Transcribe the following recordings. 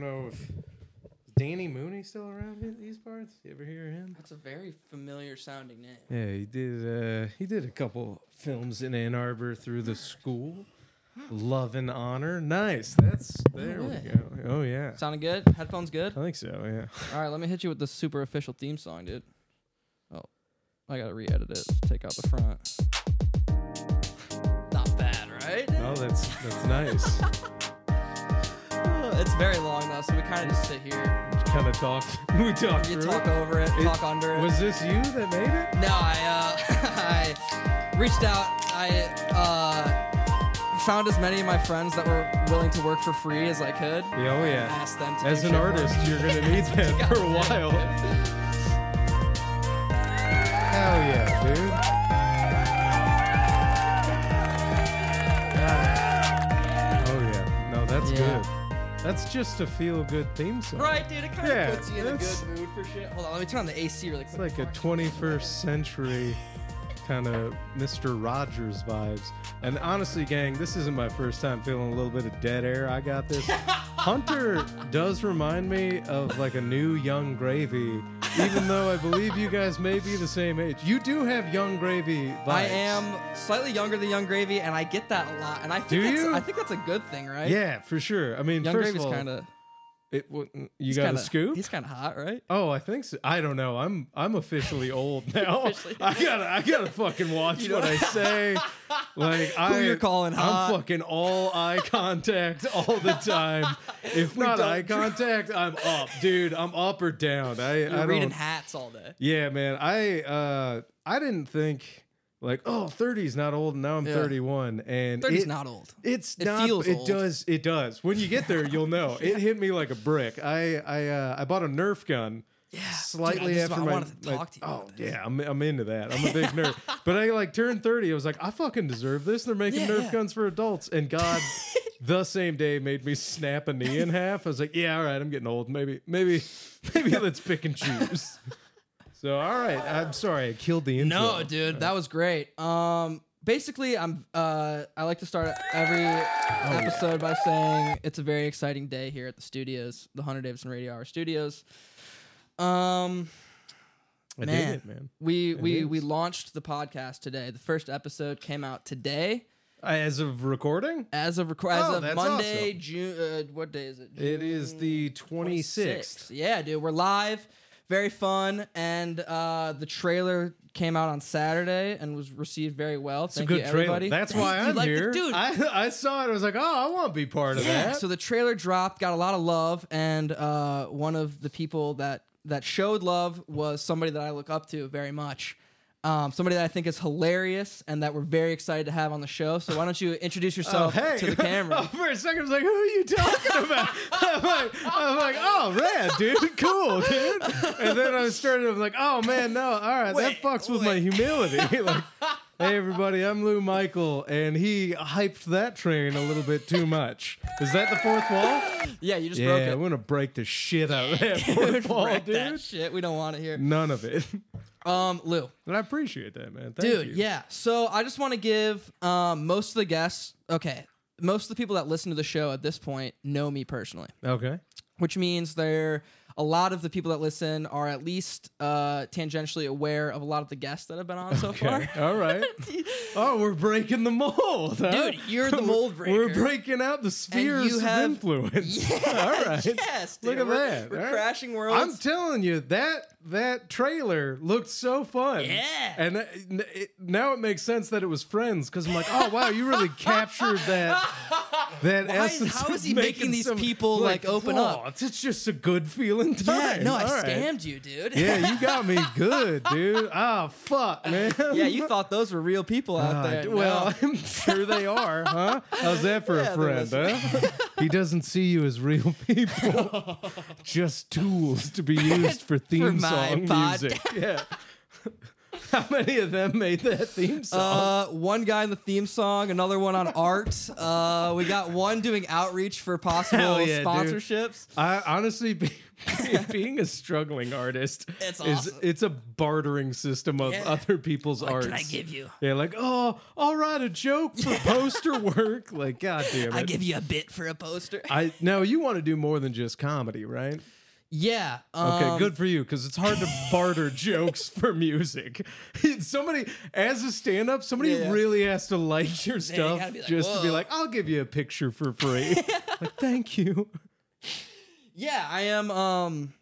know if is Danny Mooney still around in these parts. You ever hear him? That's a very familiar sounding name. Yeah, he did. Uh, he did a couple films in Ann Arbor through the school. Love and honor. Nice. That's there we way. go. Oh yeah. Sounding good? Headphones good? I think so. Yeah. All right, let me hit you with the super official theme song, dude. Oh, I gotta re-edit it. Take out the front. Not bad, right? Oh, that's that's nice. Uh, It's very long though, so we kind of just sit here. kind of talk. We talked You through talk it. over it, It- talk under it. Was this you that made it? No, I uh, I reached out. I uh, found as many of my friends that were willing to work for free as I could. Yeah, oh yeah. Ask them to As do an shit for artist, me. you're gonna need that That's for what a you gotta while. do. Hell yeah, dude. Ah. Oh yeah. No, that's Yeah. good. That's just a feel-good theme song. Right, dude. It kind of Yeah, puts you in a that's- good mood for shit. Hold on, let me turn on the AC really It's quick. like a Fuck. 21st century kind of Mr. Rogers vibes. And honestly, gang, this isn't my first time feeling a little bit of dead air. I got this. Hunter does remind me of like a new Young Gravy, even though I believe you guys may be the same age. You do have Young Gravy vibes. I am slightly younger than Young Gravy, and I get that a lot. And I think Do that's, you? I think that's a good thing, right? Yeah, for sure. I mean, Young first Gravy's of all, kind of it, wa- you got a scoop. He's kind of hot, right? Oh, I think so. I don't know. I'm I'm officially old now. Officially. I gotta I gotta fucking watch You know- what I say. Like I, you're calling I'm hot. fucking all eye contact all the time. If not don't eye contact, I'm up, dude. I'm up or down. I I You're don't. reading hats all day. yeah, man. I uh I didn't think like oh 30's not old. and Now I'm Yeah. 31 and 30's it- not old. it's It not. feels it old. does. It does. When you get there, you'll know. It hit me like a brick. I I uh, I bought a Nerf gun. Yeah, slightly Ah, dude, I just- after I my. wanted to my- talk to you oh about this. yeah, I'm I'm into that. I'm a big nerd. But I like turned thirty. I was like, I fucking deserve this. They're making Yeah, Nerf yeah. guns for adults, and God. The same day made me snap a knee in half. I was like, "Yeah, all right, I'm getting old. Maybe, maybe, maybe let's pick and choose." So, all right, I'm sorry, I killed the intro. No, dude, that was great. Um, basically, I'm. Uh, I like to start every Oh, episode by saying it's a very exciting day here at the studios, the Hunter Davidson Radio Hour Studios. Um, I man. did it, man. we we we is. launched the podcast today. The first episode came out today. As of recording, As of record, as Oh, of that's Monday, awesome. June. Uh, what day is it? it is the 26th. 26th. Yeah, dude, we're live. Very fun, and uh, the trailer came out on Saturday and was received very well. It's Thank a good you, trailer. everybody. That's Thank why you. I'm Like the- here. dude. I, I saw it. I was like, oh, I want to be part of yeah. that. So the trailer dropped, got a lot of love, and uh, one of the people that that showed love was somebody that I look up to very much. Um, somebody that I think is hilarious and that we're very excited to have on the show. So why don't you introduce oh, yourself hey. to the Oh, camera? for a second, I was like, who are you talking about? I'm like, I'm like, oh, rad, dude. Cool, dude. And then I started, I'm like, oh, man, no. All right. Wait, that fucks with my wait. humility. like, hey, everybody, I'm Lou Michael. And he hyped that train a little bit too much. Is that the fourth wall? yeah, you just yeah, broke I'm it. going to break the shit out of that fourth wall, Wreck dude. that shit. We don't want it here. None of it. Um, Lou. And I appreciate that, man. Thank Dude, you. yeah. So I just want to give um, most of the guests, okay, most of the people that listen to the show at this point know me personally, Okay. which means they're a lot of the people that listen are at least uh, tangentially aware of a lot of the guests that have been on so Okay. far. All right. oh, we're breaking the mold. huh? Dude, you're the mold We're breaker. breaking out the spheres you of have- influence. All right. Yes, dude, Look at we're, that. We're All right. crashing worlds. I'm telling you that that trailer looked so fun. Yeah. And it- it, now it makes sense that it was Friends because I'm like, oh wow, you really captured that that Why- essence. how of is he making these some- people, like, open "Aw, up?" It's it's just a good feeling yeah, time. no, I All right. scammed you, dude. Yeah, you got me good, dude. Ah, fuck, man. yeah, you thought those were real people out Uh, there. d- No. well, I'm sure they are, huh? How's that for Yeah, a they're friend, huh? he doesn't see you as real people, just tools to be used for theme my song pod- music. Yeah. How many of them made that theme song? Uh, one guy in the theme song, another one on art. Uh, we got one doing outreach for possible Hell yeah, dude. sponsorships. I honestly, be, being a struggling artist, It's is awesome. it's a bartering system of Yeah. other people's What arts. can I give you? Yeah, like oh, I'll write a joke for poster work. Like, goddamn it! I give you a bit for a poster. I now you want to do more than just comedy, right? yeah. Okay, um, good for you because it's hard to barter jokes for music. somebody, as a stand up, somebody Yeah. really has to like your stuff gotta be like, just to be "Whoa." like, I'll give you a picture for free. like, thank you. Yeah, I am. Um.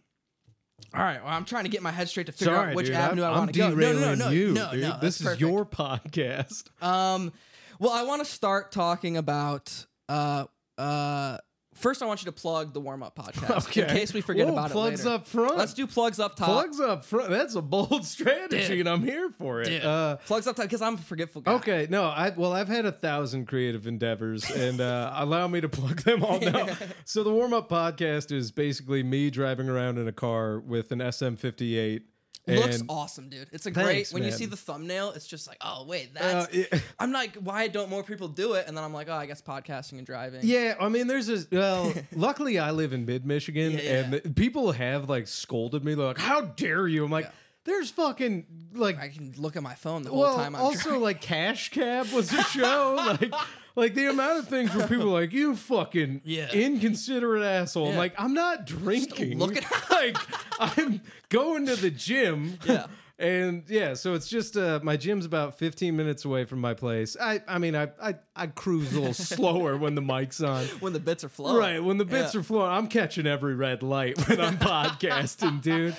All right. Well, I'm trying to get my head straight to figure Sorry, out which dude, avenue I'm, I I'm want to go. No, no, no, derailing no, you, no, dude. no. this that's is perfect. your podcast. Um, well, I want to start talking about. Uh, uh, first, I want you to plug the warm up podcast Okay. in case we forget Whoa, about plugs it later. up front. Let's do plugs up top. plugs up front. That's a bold strategy, Dude. and I'm here for it. Dude. Uh, Plugs up top because I'm a forgetful guy. Okay, no, I well, I've had a thousand creative endeavors, and uh, allow me to plug them all now. so the warm up podcast is basically me driving around in a car with an SM58. And, Looks awesome, dude. It's a Thanks, great when you man. see the thumbnail, it's just like, oh wait, uh, that's yeah, I'm like, why don't more people do it? And then I'm like, oh, I guess podcasting and driving. yeah, I mean, there's a well. luckily, I live in mid Michigan, Yeah, yeah, and yeah. the- people have like scolded me. They're like, "How dare you?" I'm like, Yeah. "There's fucking like I can look at my phone the well, whole time I'm also driving. like Cash Cab was a show. like, like the amount of things where people are like you fucking Yeah. inconsiderate asshole. I'm Yeah. like, I'm not drinking. look at- like I'm going to the gym. Yeah. And yeah, so it's just uh, my gym's about 15 minutes away from my place. I, I mean, I, I, I cruise a little slower when the mic's on. when the bits are flowing. Right. When the bits Yeah. are flowing, I'm catching every red light when I'm podcasting, dude.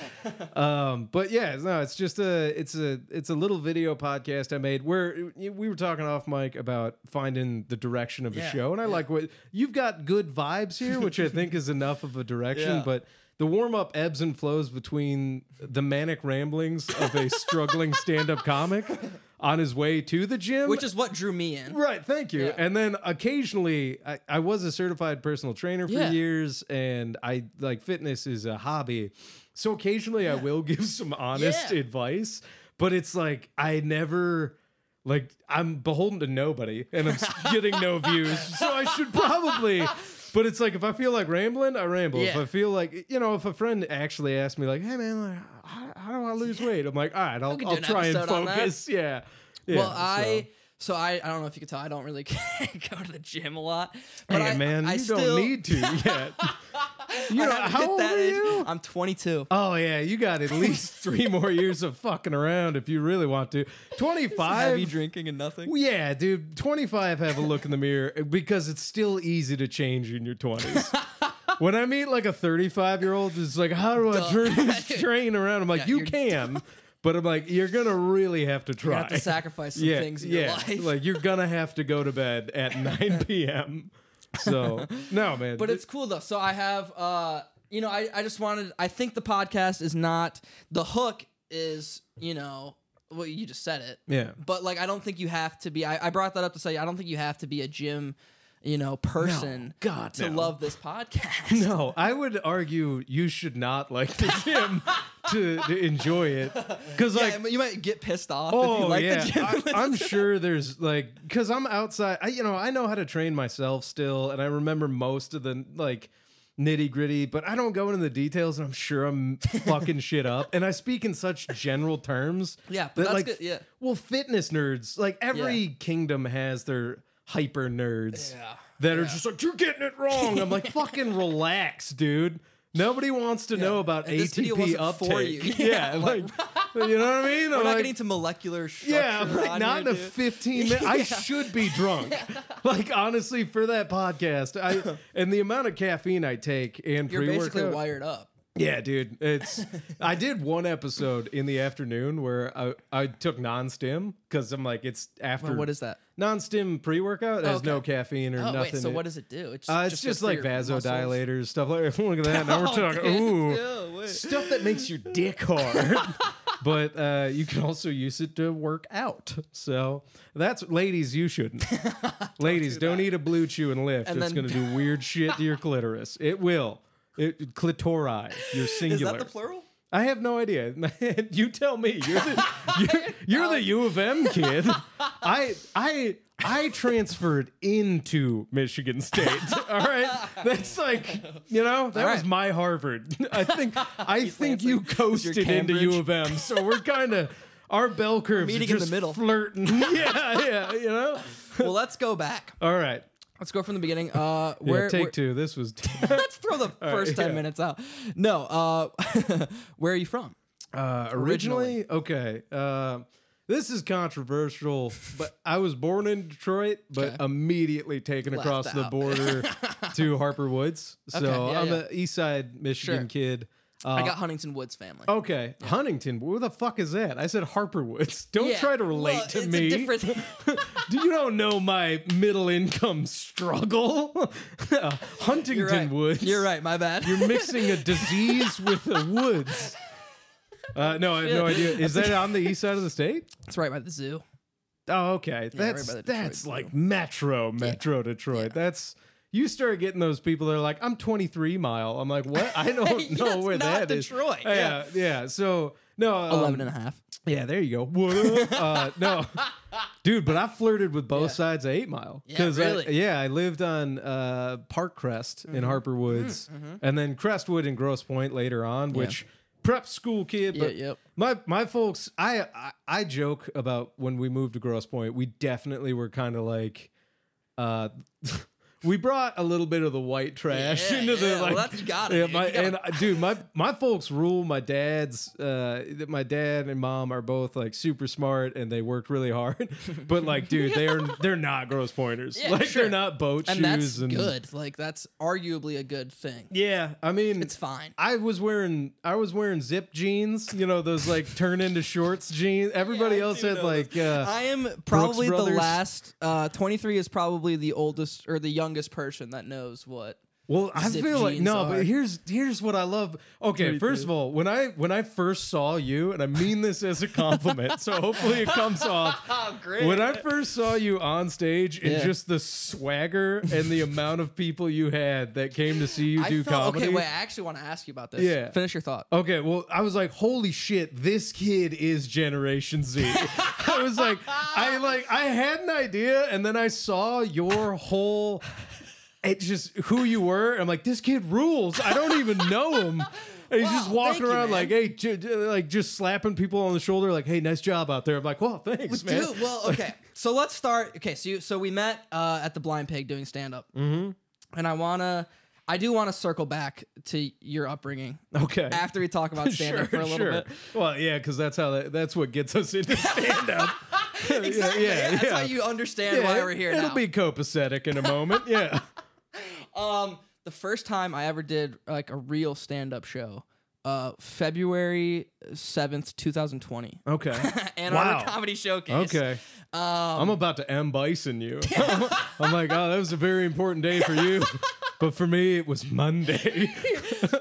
Um, but yeah, no, it's just a it's a it's a little video podcast I made where uh, we were talking off mic about finding the direction of the Yeah, show. And I yeah. like what you've got good vibes here, which I think is enough of a direction, Yeah. but the warm up ebbs and flows between the manic ramblings of a struggling stand up comic on his way to the gym Which is what drew me in. Right, thank you. Yeah. And then occasionally, I, I was a certified personal trainer for Yeah. years, and I like fitness is a hobby. So occasionally, I will give some honest Yeah. advice, but it's like I never. Like I'm beholden to nobody, and I'm getting no views, so I should probably. But it's like if I feel like rambling, I ramble. If Yeah. I feel like you know, if a friend actually asked me like, "Hey man, like, how, how do I lose weight?" I'm like, "All right, I'll, could do I'll an try and episode on that. focus." Yeah. yeah. well, so. I so, I I don't know if you can tell I don't really go to the gym a lot. But hey I, man, I you still, don't need to yet. you I know, haven't how hit old that are age. you? I'm 22. Oh yeah, you got at least three more years of fucking around if you really want to. Twenty Heavy five. drinking and nothing. Yeah, dude, 25 have a look in the mirror eh, because it's still easy to change in your 20s. when I meet like a 35 year old, it's like, how do I Duh. turn this train around? I'm like, Yeah, you you're can, but I'm like, you're going to really have to try. You have to sacrifice some things in your life. Like you're gonna have to go to bed at 9 p.m. So no, man. But it's cool though. So I have uh you know, I, I just wanted I think the podcast is not the hook is, you know, well you just said it. yeah. But like I don't think you have to be I, I brought that up to say I don't think you have to be a gym, you know, person God, to no. love this podcast. No, I would argue you should not like the gym to, to enjoy it because like. yeah, but you might get pissed off if you Oh like yeah, the gym. I, I'm sure there's like because I'm outside. I you know I know how to train myself still, and I remember most of the like nitty gritty, but I don't go into the details, and I'm sure I'm fucking shit up. And I speak in such general terms. Yeah, but that's like, good, yeah. Well, fitness nerds, like every Yeah. kingdom has their hyper nerds Yeah. that are just like you're getting it wrong. I'm like fucking relax, dude. Nobody wants to know about And this video ATP wasn't uptake. for you. Yeah, Yeah, like, you know what I mean? We're I'm not like, getting to molecular structure. yeah, I'm like on not in a here, dude. 15 minute. I should be drunk. Like honestly, for that podcast, I and the amount of caffeine I take and You're pre basically workout. wired up. Yeah, dude, it's. I did one episode in the afternoon where I I took non-stim because I'm like it's after. what is that? Non-stim pre-workout It has Okay. no caffeine or Oh nothing. wait, so in- what does it do? It's uh, it's just, good for like your muscles? vasodilators stuff. Like, look at that. Now we're Oh, talking. dude, ooh ew, wait. stuff that makes your dick hard. but uh, you can also use it to work out. So that's ladies, you shouldn't. ladies, don't, eat a blue chew and lift. And it's then- going to do weird shit to your clitoris. It will. It clitori. You're singular. Is that the plural? I have no idea. you tell me. You're the, you're, you're the U of M kid. I I I transferred into Michigan State. All right, that's like you know that All was right. my Harvard. I think I think you your coasted into U of M. So we're kind of our bell curves are meeting in the just middle. flirting. yeah, yeah, you know. well, let's go back. All right, Let's go from the beginning. Uh, yeah, where, take where- two. This was. Let's throw the first ten yeah. minutes out. No, uh, where are you from? Uh, originally, okay. Uh, this is controversial, but I was born in Detroit, but Okay. immediately taken Left across the out. border to Harper Woods. So Okay, yeah, I'm yeah. an East Side Michigan Sure. kid. Uh, Oh, I got Huntington Woods family. okay, Huntington. Where the fuck is that? I said Harper Woods. Don't Yeah, try to relate well, to it's a me. different- Do you don't know my middle income struggle? Uh, Huntington You're right. Woods. You're right. My bad. You're mixing a disease with a woods. Uh, no, I have no idea. Is that on the east side of the state? It's right by the zoo. Oh, okay. That's by the Detroit that's Zoo. like metro, metro Detroit. That's you start getting those people that are like, I'm 23 mile. I'm like, what? I don't Yeah, know it's where not that is. Detroit, Yeah, yeah. So no, um, 11 and a half. yeah, there you go. Whoa. uh, no, dude, but I flirted with both sides of Eight Mile. Yeah, 'Cause I- really? Mm-hmm. yeah, I lived on uh, Park Crest in Harper Woods, and then Crestwood and Gross Point later on, which prep school kid. But Yeah, yep. my my folks, I, I I joke about when we moved to Gross Point, we definitely were kind of like. Uh, We brought a little bit of the white trash Yeah, into the yeah. Well, like. that's- you gotta, yeah, dude. my, You gotta and I- dude, my my folks rule. My dad's, uh, th- my dad and mom are both like super smart, and they worked really hard. But like, dude, they're they're not gross pointers. Yeah, like, sure. they're not boat And shoes. that's and good. Like, that's arguably a good thing. Yeah, I mean, It's fine. I was wearing I was wearing zip jeans. You know those like turn into shorts jeans. Everybody I else do had know like. Uh, I am probably the Brothers. last. Uh, 23 is probably the oldest or the youngest person that knows what. Well, I zip feel like jeans no, are. but here's here's what I love. Okay, first of all, when I when I first saw you, and I mean this as a compliment, so hopefully it comes off. great. When I first saw you on stage, and Yeah. just the swagger and the amount of people you had that came to see you I do felt, comedy. okay, wait. I actually want to ask you about this. Yeah. Finish your thought. Okay, well, I was like, holy shit, this kid is Generation Z. I was like, I like, I had an idea, and then I saw your whole, it just who you were. and I'm like, this kid rules. I don't even know him. And he's just Wow, walking thank you, around man. like, hey, j- j- like just slapping people on the shoulder, like, hey, nice job out there. I'm like, well, thanks, man. Dude, well, okay. so let's start. Okay, so you, so we met uh, at the Blind Pig doing stand up, mm-hmm. and I wanna, I do want to circle back to your upbringing Okay. after we talk about stand up for a little bit. Well, yeah, because that's how that, that's what gets us into stand up. Exactly. Yeah, yeah, that's yeah. how you understand why we're here it'll now. be copacetic in a moment. Yeah. um, the first time I ever did like a real stand up show, uh, February seventh, two thousand twenty, Okay. and Wow. on a comedy showcase. Okay. Um, I'm about to M Bison you. I'm like, oh, that was a very important day for you. But for me, it was Monday.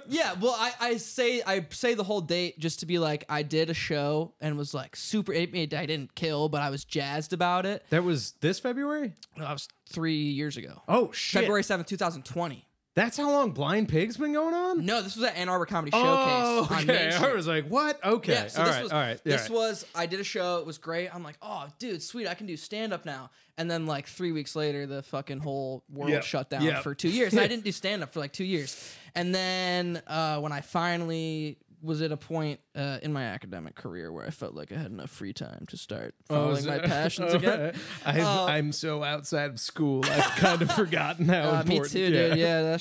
Yeah, well, I, I say I say the whole date just to be like I did a show and was like super. I mean, I didn't kill, but I was jazzed about it. that was this February? That was three years ago, Oh, shit. February seventh, two thousand twenty. That's how long Blind Pig's been going on? No, this was at Ann Arbor Comedy Oh, Showcase. on Main okay. Street. I was like, what? Okay. Yeah, so all this right. was all right. this all right. was I did a show. It was great. I'm like, oh, dude, sweet, I can do stand up now. And then like three weeks later, the fucking whole world Yeah, shut down yeah. for two years. And I didn't do stand up for like two years. And then uh, when I finally was at a point uh, in my academic career where I felt like I had enough free time to start Oh, following is my it- passions again. I've, Uh, I'm so outside of school. I've kind of forgotten how Uh, me important. too, dude. Yeah, that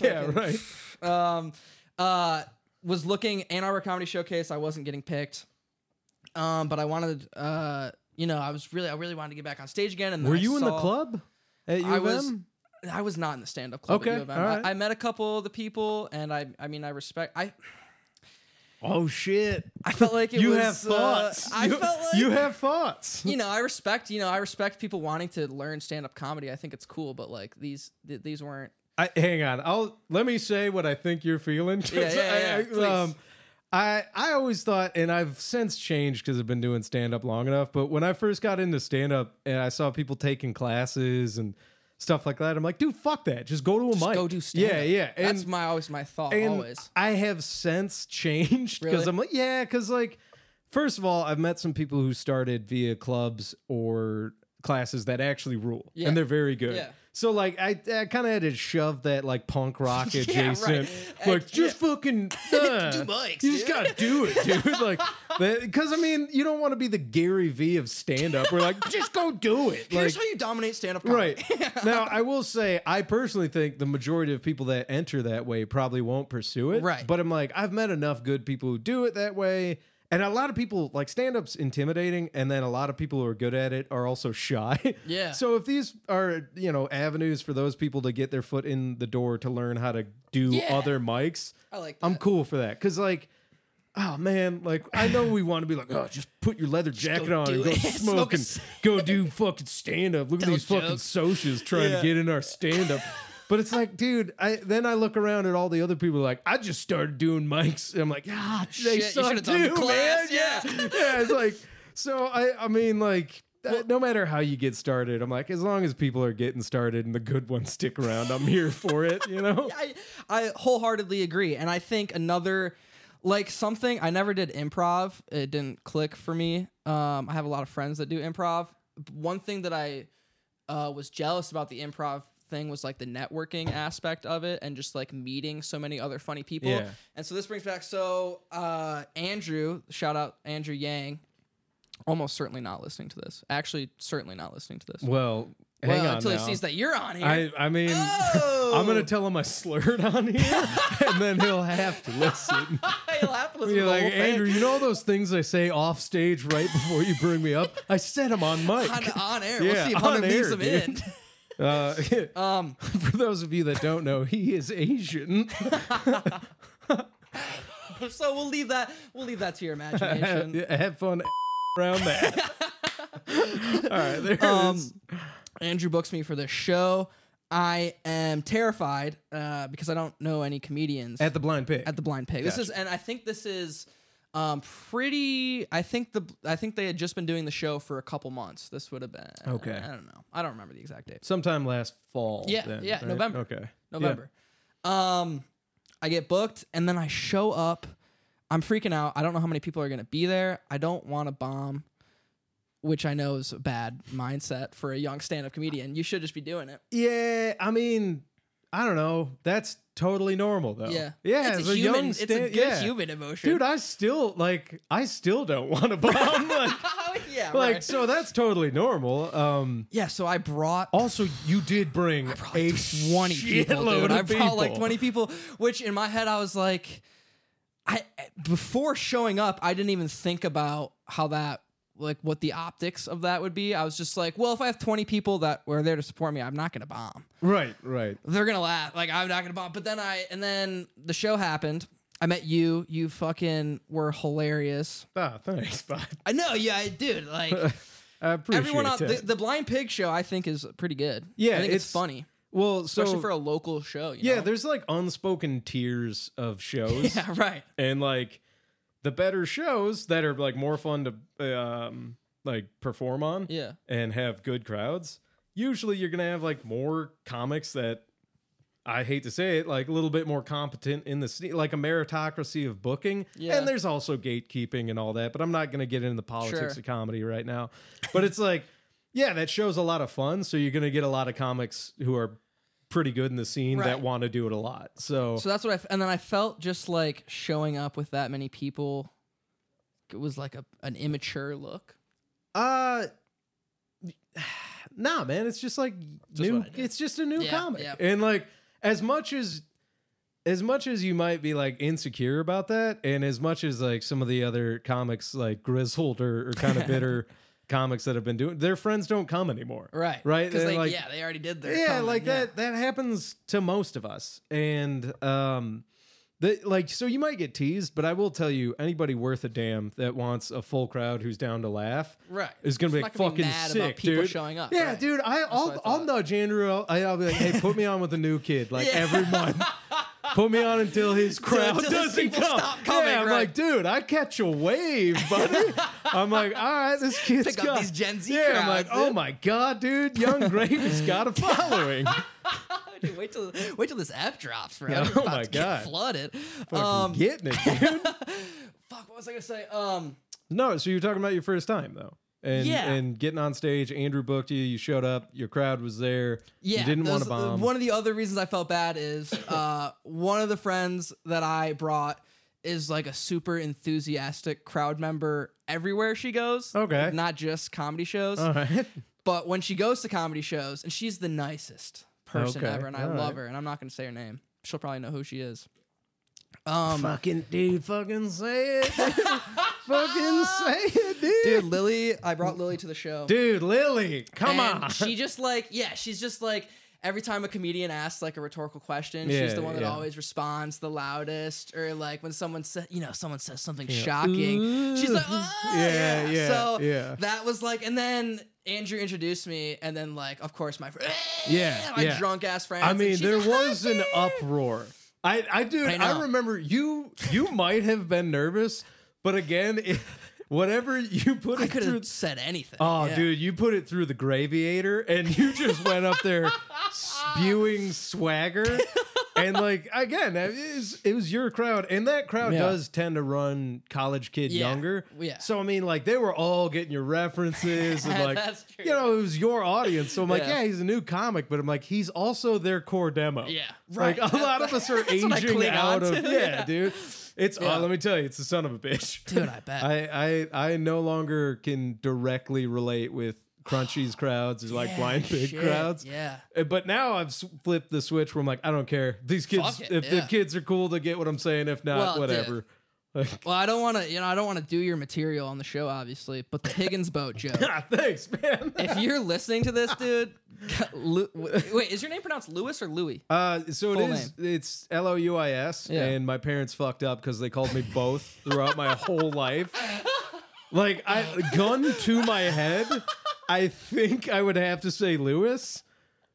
yeah, fucking- right. um, uh, was looking Ann Arbor Comedy Showcase. I wasn't getting picked, um, but I wanted, uh, you know, I was really, I really wanted to get back on stage again. And then Were I you in the saw- club? At U I of was. M? I was not in the stand-up club. at Okay, U of M. all right. I, I met a couple of the people, and I, I mean, I respect. I, Oh shit! I felt like it you was, have uh, thoughts. I you, felt like you have thoughts. you know, I respect, you know, I respect people wanting to learn stand-up comedy. I think it's cool, but like these, th- these weren't. I, hang on. I'll let me say what I think you're feeling. 'cause Yeah, yeah, yeah, I, I, um, please. I I always thought, and I've since changed because I've been doing stand up long enough. But when I first got into stand up, and I saw people taking classes and stuff like that. I'm like, dude, fuck that. Just go to a Just mic. go do stand. yeah, yeah. And, That's my always my thought. and Always. I have since changed because Really? I'm like, yeah, because like, first of all, I've met some people who started via clubs or classes that actually rule Yeah. and they're very good. Yeah. So like I, I kind of had to shove that like punk rock Yeah, right. adjacent like Uh, just fucking uh, Do mics, You just dude. gotta do it, dude. Like because I mean you don't want to be the Gary V of stand up. We're like just go do it. Like, Here's how you dominate stand up comedy. Right. now, I will say, I personally think the majority of people that enter that way probably won't pursue it. Right. But I'm like, I've met enough good people who do it that way. And a lot of people, like stand up's intimidating. And then a lot of people who are good at it are also shy. Yeah. So if these are, you know, avenues for those people to get their foot in the door to learn how to do Yeah. other mics, I like that. I'm cool for that. Cause like, Oh man, like I know we want to be like, oh, just put your leather jacket go on do and go it. smoke, Smoke a and c- go do fucking stand up. Look at Tell these fucking jokes. socias trying Yeah. to get in our stand up. But it's like, dude, I then I look around at all the other people like, I just started doing mics. And I'm like, ah, they Shit, you suck should've done the too, man. class, Yeah. yeah, it's like, so I I mean like uh, no matter how you get started, I'm like, as long as people are getting started and the good ones stick around, I'm here for it, you know? I, I wholeheartedly agree. And I think another, like something, I never did improv. It didn't click for me. Um, I have a lot of friends that do improv. One thing that I uh, was jealous about the improv thing was like the networking aspect of it and just like meeting so many other funny people. Yeah. And so this brings back, so uh, Andrew, shout out Andrew Yang. Almost certainly not listening to this. Actually, certainly not listening to this. Well, hang well, on until now. he sees that you're on here. I, I mean, Oh! I'm gonna tell him I slurred on here, and then he'll have to listen. He'll have to listen Be to the like, whole thing. Andrew, you know all those things I say off stage right before you bring me up? I said them on mic. on, on air. we'll Yeah, see if on Hunter leaves air, him dude. in. Uh, Um, for those of you that don't know, he is Asian. so we'll leave that. We'll leave that to your imagination. have, have fun around that. all right, there it is. Um, Andrew books me for this show. I am terrified uh, because I don't know any comedians At the blind pig. at the Blind Pig. This is, and I think this is um, pretty. I think the I think they had just been doing the show for a couple months. This would have been Okay. I don't know. I don't remember the exact date. sometime last fall. Yeah, then, yeah, right? November. Okay, Yeah. November. Um, I get booked and then I show up. I'm freaking out. I don't know how many people are going to be there. I don't want to bomb, which I know is a bad mindset for a young stand up comedian. You should just be doing it. Yeah, I mean, I don't know. That's totally normal though. Yeah. Oh. yeah. It's as a, human, young it's a sta- good yeah. human emotion. Dude, I still like. I still don't want to bomb. like, oh, yeah. like right. so that's totally normal. Um. yeah, so I brought. Also, you did bring a 20 people, shitload of dude. I brought like people. 20 people, which in my head I was like, I before showing up, I didn't even think about how that like what the optics of that would be. I was just like, well, if I have 20 people that were there to support me, I'm not gonna bomb. Right, right. They're gonna laugh. Like I'm not gonna bomb. But then I and then the show happened. I met you. You fucking were hilarious. Ah, thanks, bud. I know. Yeah, I dude. Like I appreciate everyone on the, it. the Blind Pig show, I think is pretty good. Yeah, I think it's, it's- funny, well, so especially for a local show. You yeah, know? there's like unspoken tiers of shows. yeah, right. and like the better shows that are like more fun to um like perform on Yeah. and have good crowds usually you're gonna have like more comics that i hate to say it like a little bit more competent in the scene like a meritocracy of booking Yeah. and there's also gatekeeping and all that but i'm not gonna get into the politics Sure. of comedy right now but it's like yeah that show's a lot of fun so you're gonna get a lot of comics who are pretty good in the scene Right. that want to do it a lot so So that's what I f- and then I felt just like showing up with that many people. It was like a an immature look. Uh nah, man, it's just like Just new what I do. it's just a new Yeah, comic. yeah. And like as much as as much as you might be like insecure about that, and as much as like some of the other comics like Grizzled or, or kind of bitter comics that have been doing their friends don't come anymore. Right. Right? Because They're they, like- yeah, they already did their Yeah, comment, like yeah. that that happens to most of us. And um the, like so you might get teased, but I will tell you anybody worth a damn that wants a full crowd who's down to laugh Right. is gonna be not like gonna be fucking mad sick, about people dude. showing up, Yeah, right. dude. I, I'll what I I'll thought. nudge Andrew. I'll, I'll be like, hey, put me on with a new kid like Yeah. every month. Put me on until his crowd until his doesn't people come. stop coming, yeah, I'm right. like, dude, I catch a wave, buddy. I'm like, all right, this kid's Pick up got these Gen Z Yeah, I'm crowds, like, oh dude. my god, dude, Young Gravy's got a following. Dude, wait till wait till this app drops, bro. Yeah, You're oh about my to get God. flooded. Fucking Um, getting it, dude. Fuck, what was I gonna say? Um, No, so you're talking about your first time though. And, Yeah. and getting on stage, Andrew booked you. You showed up. Your crowd was there. yeah, you didn't want to uh, those- bomb. One of the other reasons I felt bad is uh, one of the friends that I brought is like a super enthusiastic crowd member everywhere she goes. Okay. Uh-huh. not just comedy shows. All right. But when she goes to comedy shows, and she's the nicest person Okay, ever, and I all right. love her, and I'm not going to say her name. She'll probably know who she is. Um, fucking dude, fucking say it. fucking say it, dude, Lily, I brought Lily to the show. Dude, Lily, come and on. She just like, yeah, she's just like every time a comedian asks like a rhetorical question, she's Yeah, the one that yeah. always responds the loudest, or like when someone says, you know, someone says something shocking, she's like, "Ah, Yeah, yeah, yeah, So yeah. that was like, and then Andrew introduced me, and then like, of course, my friend, Yeah, my yeah. drunk ass friend. I mean, there was an uproar. I, I dude, I I, know. remember you. You might have been nervous, but again, it, whatever you put I it could through. have said anything. Oh, Yeah. dude, you put it through the graviator, and you just went up there spewing swagger. And like again, it was, it was your crowd, and that crowd Yeah. does tend to run college kid Yeah, younger. yeah. So I mean, like they were all getting your references, and like That's true. you know, it was your audience. So I'm like, Yeah. yeah, he's a new comic, but I'm like, he's also their core demo. Yeah, Like right. a lot of us are what I aging cling out on of to, yeah, yeah. dude. It's Yeah. oh, let me tell you, it's the son of a bitch, Dude, I bet. I, I I no longer can directly relate with Crunchy's crowds or like Yeah, blind pig shit, crowds. Yeah. Uh, But now I've s- flipped the switch where I'm like, I don't care. These kids, Fuck it, if yeah. the kids are cool, they get what I'm saying. If not, Well, dude. whatever. Like, Well, I don't want to, you know, I don't want to do your material on the show, obviously, but the Higgins boat joke. ah, thanks, man. if you're listening to this, dude, Lu- wait, is your name pronounced Lewis or Louis? Uh, so it Full is. It's L O U I S, Yeah. and my parents fucked up because they called me both throughout my whole life. Like, I gun to my head, I think I would have to say Lewis,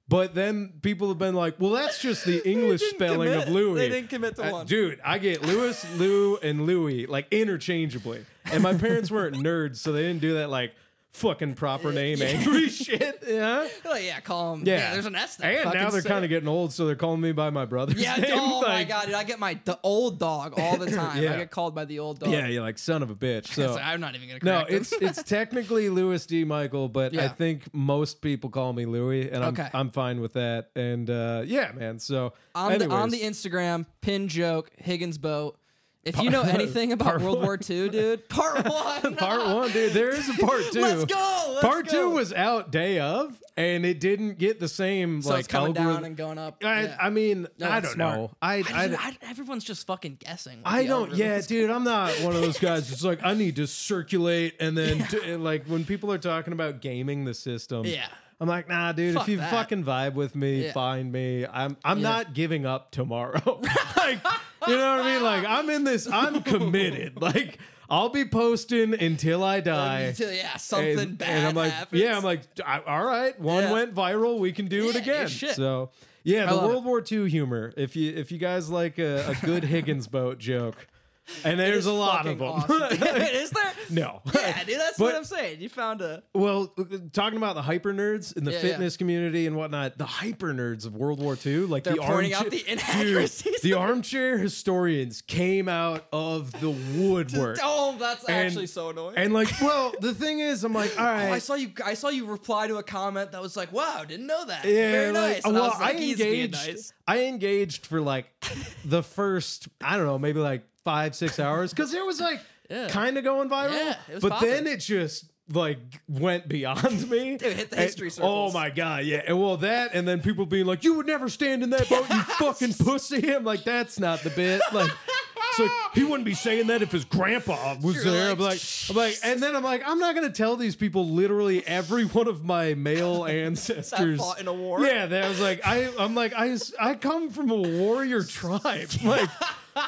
but then people have been like, "Well, that's just the English didn't spelling commit- of Louis." they didn't commit to Uh, one. dude. I get Lewis, Lou, and Louis like interchangeably, and my parents weren't nerds, so they didn't do that like fucking proper name angry shit. Yeah. Oh yeah, call him. Yeah, Yeah. there's an S there. And Fucking now they're say kind it. of getting old, so they're calling me by my brother's Yeah, name. oh my like- god, dude, I get my the old dog all the time. I Yeah. get called by the old dog. Yeah, you're like son of a bitch. It's So like, I'm not even gonna. no, Correct it's him. it's technically Lewis D. Michael, but I Yeah. think most people call me Louis, and I'm Okay. I'm fine with that. And uh, yeah, man. So on the, on anyways. the Instagram pin joke Higgins boat. If you know anything about part World War II, dude, part one, part one, dude, there is a part 2 Let's go. let's part go. two was out day of, and it didn't get the same so like it's coming algorithm- down and going up. I, yeah. I mean, No, I that's don't smart. know. I I I, just- I- everyone's just fucking guessing. with I the don't. Yeah, algorithms. dude, I'm not one of those guys. It's like I need to circulate, and then t- and, like when people are talking about gaming the system, Yeah. I'm like, nah, dude. Fuck if you that. fucking vibe with me, Yeah. find me. I'm I'm Yeah. not giving up tomorrow. like, you know what I mean? Like, I'm in this. I'm committed. Like, I'll be posting until I die. Until, yeah, something and, bad and I'm like, happens. yeah, I'm like, I, all right, one Yeah. went viral, we can do it Yeah, again. shit. So, yeah, the love World War II humor. If you if you guys like a, a good Higgins boat joke, and there's is a lot of them. fucking awesome. Damn it, is there? no, Yeah, dude, that's what But- I'm saying. You found a well, talking about the hyper nerds in the Yeah, yeah. fitness community and whatnot, the hyper nerds of World War II, like They're the pointing out armchair, the dude, inaccuracies. the armchair historians came out of the woodwork. oh, that's And- actually so annoying. And like, well, the thing is, I'm like, all Oh, right. I saw you. I saw you reply to a comment that was like, "Wow, didn't know that." Yeah, very like, nice. And well, I I, was like, "He's being engaged. nice." I engaged for like the first, I don't know, maybe like five, six hours because it was like Yeah. kind of going viral. Yeah, it was but popping. then it just like went beyond me. Dude, hit the And- history oh circles. my god, yeah. And well, that and then people being like, "You would never stand in that boat, you fucking pussy." I'm like, that's not the bit. Like. So he wouldn't be saying that if his grandpa was You're there. I'm like, like, I'm like, and then I'm like, I'm not gonna tell these people literally every one of my male ancestors fought in a war. Yeah, that was like, I, I'm like, I, s- I come from a warrior tribe. Like,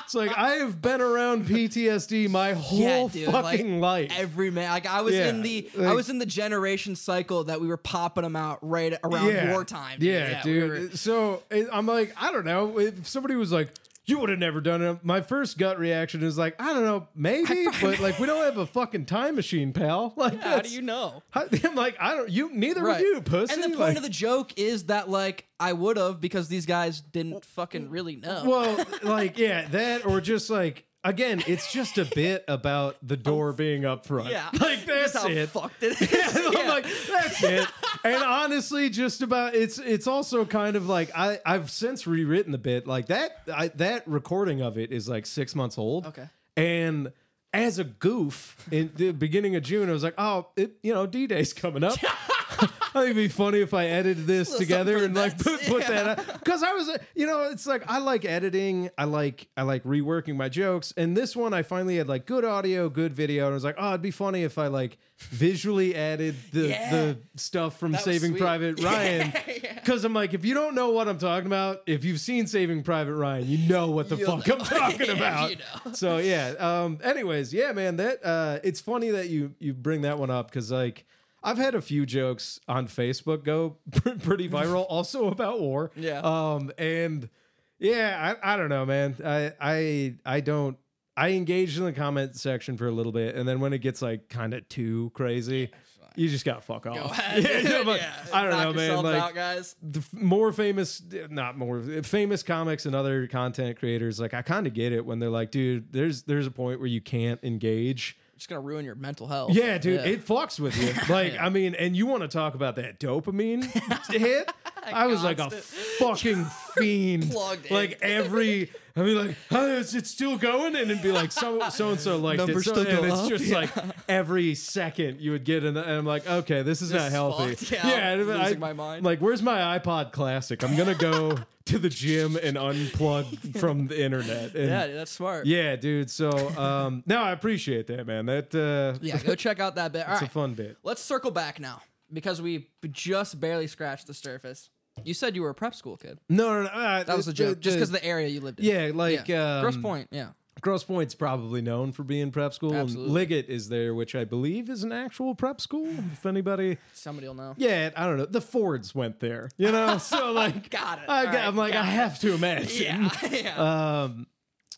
it's like I have been around PTSD my whole Yeah, dude, like, fucking life. Every man, like I was Yeah, in the, I like- was in the generation cycle that we were popping them out right around wartime. Yeah, we dude. were- So it- I'm like, I don't know. If somebody was like, you would have never done it. My first gut reaction is like, I don't know, maybe, but like, we don't have a fucking time machine, pal. Like, How do that's- you know? how- I'm like, I don't. You neither Right. would you, pussy. And the point Like- of the joke is that like I would have because these guys didn't fucking really know. Well, like, yeah, that or just like again, it's just a bit about the door being up front. Yeah. Like that's how it. fucked it is. I'm like, that's it. And honestly, just about it's it's also kind of like I I've since rewritten the bit like that I, that recording of it is like six months old. Okay. and. As a goof, in the beginning of June, I was like, "Oh, it, you know, D Day's coming up. I think it'd be funny if I edited this together for and like this, put, put that out because I was, uh, you know, it's like I like editing, I like I like reworking my jokes, and this one I finally had like good audio, good video, and I was like, oh, it'd be funny if I like visually added the Yeah. the stuff from was Saving sweet. Private Ryan because I'm like, if you don't know what I'm talking about, if you've seen Saving Private Ryan, you know what the fuck I'm talking Yeah, about. you know. So yeah. Um. Anyways, yeah, man. That uh, it's funny that you you bring that one up because like I've had a few jokes on Facebook go pr- pretty viral, also about war. Yeah. Um. And yeah, I I don't know, man. I I I don't. I engaged in the comment section for a little bit, and then when it gets like kind of too crazy, you just gotta fuck off. ahead. Yeah, but Yeah. I don't Knock know, man. yourselves Like, out, guys. the f- more famous, not more famous comics and other content creators, like I kind of get it when they're like, dude, there's there's a point where you can't engage. Just gonna ruin your mental health. Yeah, dude, it fucks with you. Like, I mean, and you want to talk about that dopamine hit? I was like a fucking fiend. Plugged in. like every, I mean, like, oh, is it still going? And it'd be like, so so and so liked Numbers it. So, still and go it's up? just like every second you would get in, the, and I'm like, okay, this is not is healthy. fucked, yeah, yeah, I'm and losing my mind. Like, where's my iPod Classic? I'm gonna go to the gym and unplug from the internet. And Yeah, dude, that's smart. yeah, dude. So, um, no, I appreciate that, man. That uh, Yeah, go check out that bit. All it's right, a fun bit. let's circle back now because we just barely scratched the surface. You said you were a prep school kid. No, no, no. Uh, That was a the- joke, just the- because of the area you lived in. yeah, like Um, Gross Point. Yeah, Gross Point's probably known for being prep school, Absolutely. and Liggett is there, which I believe is an actual prep school. If anybody, somebody will know. yeah, I don't know. The Fords went there, you know. So like, Got it. I, All right, am like, got I it. have to imagine. Yeah, yeah. Um,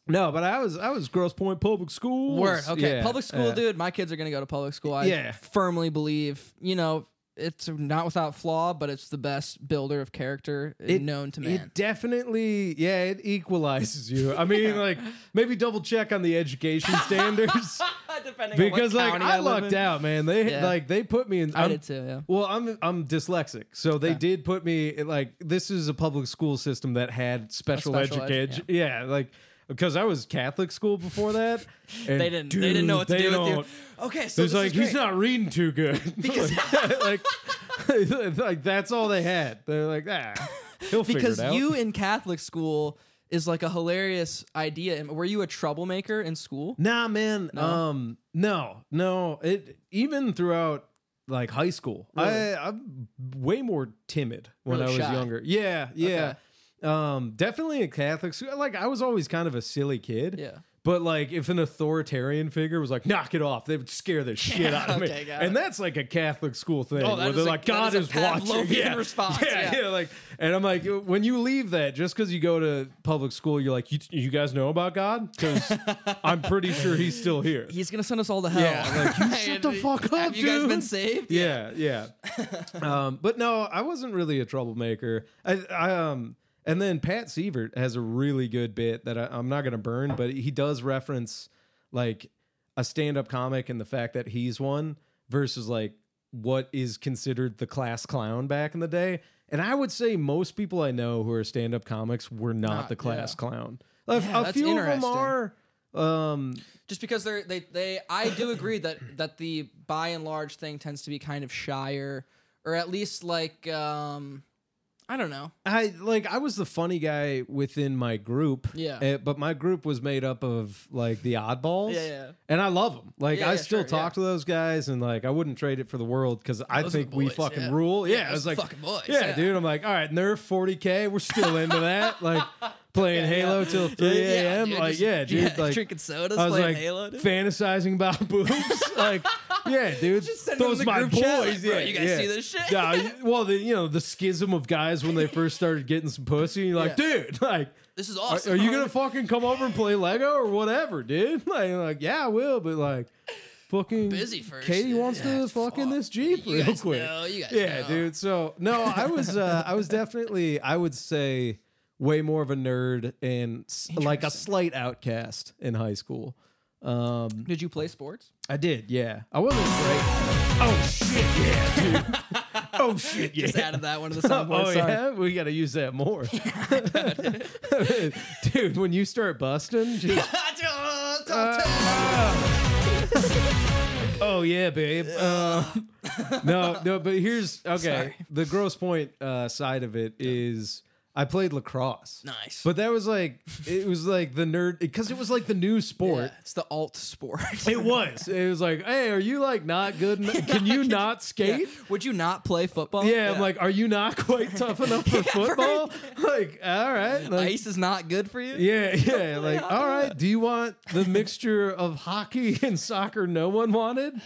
no, but I was I was Gross Point Public School. Word. Okay. public school, dude. dude. My kids are gonna go to public school. I Yeah. firmly believe. You know, it's not without flaw, but it's the best builder of character known to man. It definitely, yeah, it equalizes you. I mean, like maybe double check on the education standards Depending because, on what like, county I, I live lucked in. out, man. They Yeah. like they put me in. I I'm- did too. Yeah. Well, I'm I'm dyslexic, so they did put me it, like this is a public school system that had special, special edu- education. yeah. like because I was Catholic school before that. and they didn't. they didn't know what to do dude, they with you. don't- Okay, so it's this like is great. he's not reading too good. like, like, like, that's all they had. They're like, ah, he'll figure because it out. you in Catholic school is like a hilarious idea. And Were you a troublemaker in school? Nah, man. Um, no, no. It even throughout like high school, I I'm way more timid when Really I was shy. younger. Yeah, yeah. Um, definitely in Catholic school. Like I was always kind of a silly kid. Yeah. But like, if an authoritarian figure was like, "Knock it off," they would scare the shit out of me, okay, got and that's like a Catholic school thing Oh, that where is they're a- like, that "God is is, a watching." Pavlovian response, yeah, yeah. yeah, like, and I'm like, when you leave that, just because you go to public school, you're like, "You, you guys know about God?" Because I'm pretty sure He's still here. He's gonna send us all to hell. Yeah, like, you shut the fuck up, Have you guys dude. been saved? yeah, yeah. um, but no, I wasn't really a troublemaker. I, I um, and then Pat Sievert has a really good bit that I, I'm not gonna burn, but he does reference like a stand-up comic and the fact that he's one versus like what is considered the class clown back in the day. And I would say most people I know who are stand-up comics were not, Not, the class yeah. clown. A, Yeah, a that's few of them interesting. are. Um, Just because they're they they I do agree that that the by and large thing tends to be kind of shyer, or at least like um, I don't know. I like I was the funny guy within my group. Yeah. eh, but my group was made up of like the oddballs. Yeah, yeah. And I love them. Like Yeah, I yeah, still sure, talk to those guys, and like I wouldn't trade it for the world because I Those are the think we boys, fucking yeah. rule. Yeah, those I was are like, fucking boys, Yeah, yeah. dude. I'm like, all right, Nerf 40k. We're still into that. Like playing Halo till 3 a.m. dude, like just- yeah, dude. like drinking sodas, I was playing like Halo. Dude. fantasizing about boobs. like yeah, dude. Just send them in Those the my group boys. chat, like, yeah, bro, you guys yeah. see this shit? Yeah, you- well, the you know the schism of guys when they first started getting some pussy. You're like, dude, like, This is are, awesome. are you gonna fucking come over and play Lego or whatever, dude? Like, you're like, yeah, I will, but like, fucking Busy first, Katie dude. wants Yeah, to fucking fuck. this Jeep You real guys quick. know, you guys yeah, know. dude. So no, I was uh, I was definitely I would say way more of a nerd and s- like a slight outcast in high school. Um, Did you play sports? I did, yeah. I wasn't great. Oh shit, yeah, dude. oh shit, yeah. Just added that one to the soundboard. oh sorry. yeah, we got to use that more, dude. When you start busting, just Uh, oh yeah, babe. Uh, no, no, but here's okay. Sorry. The gross point uh, side of it is I played lacrosse. Nice. But that was like it was like the nerd because it was like the new sport. Yeah, it's the alt sport. It was. It was like, hey, are you like not good? Enough? Can you not Yeah. skate? Would you not play football? Yeah, I'm like, are you not quite tough enough for football? Like, all right, like, ice is not good for you. yeah, yeah, like, all right. Do you want the mixture of hockey and soccer no one wanted?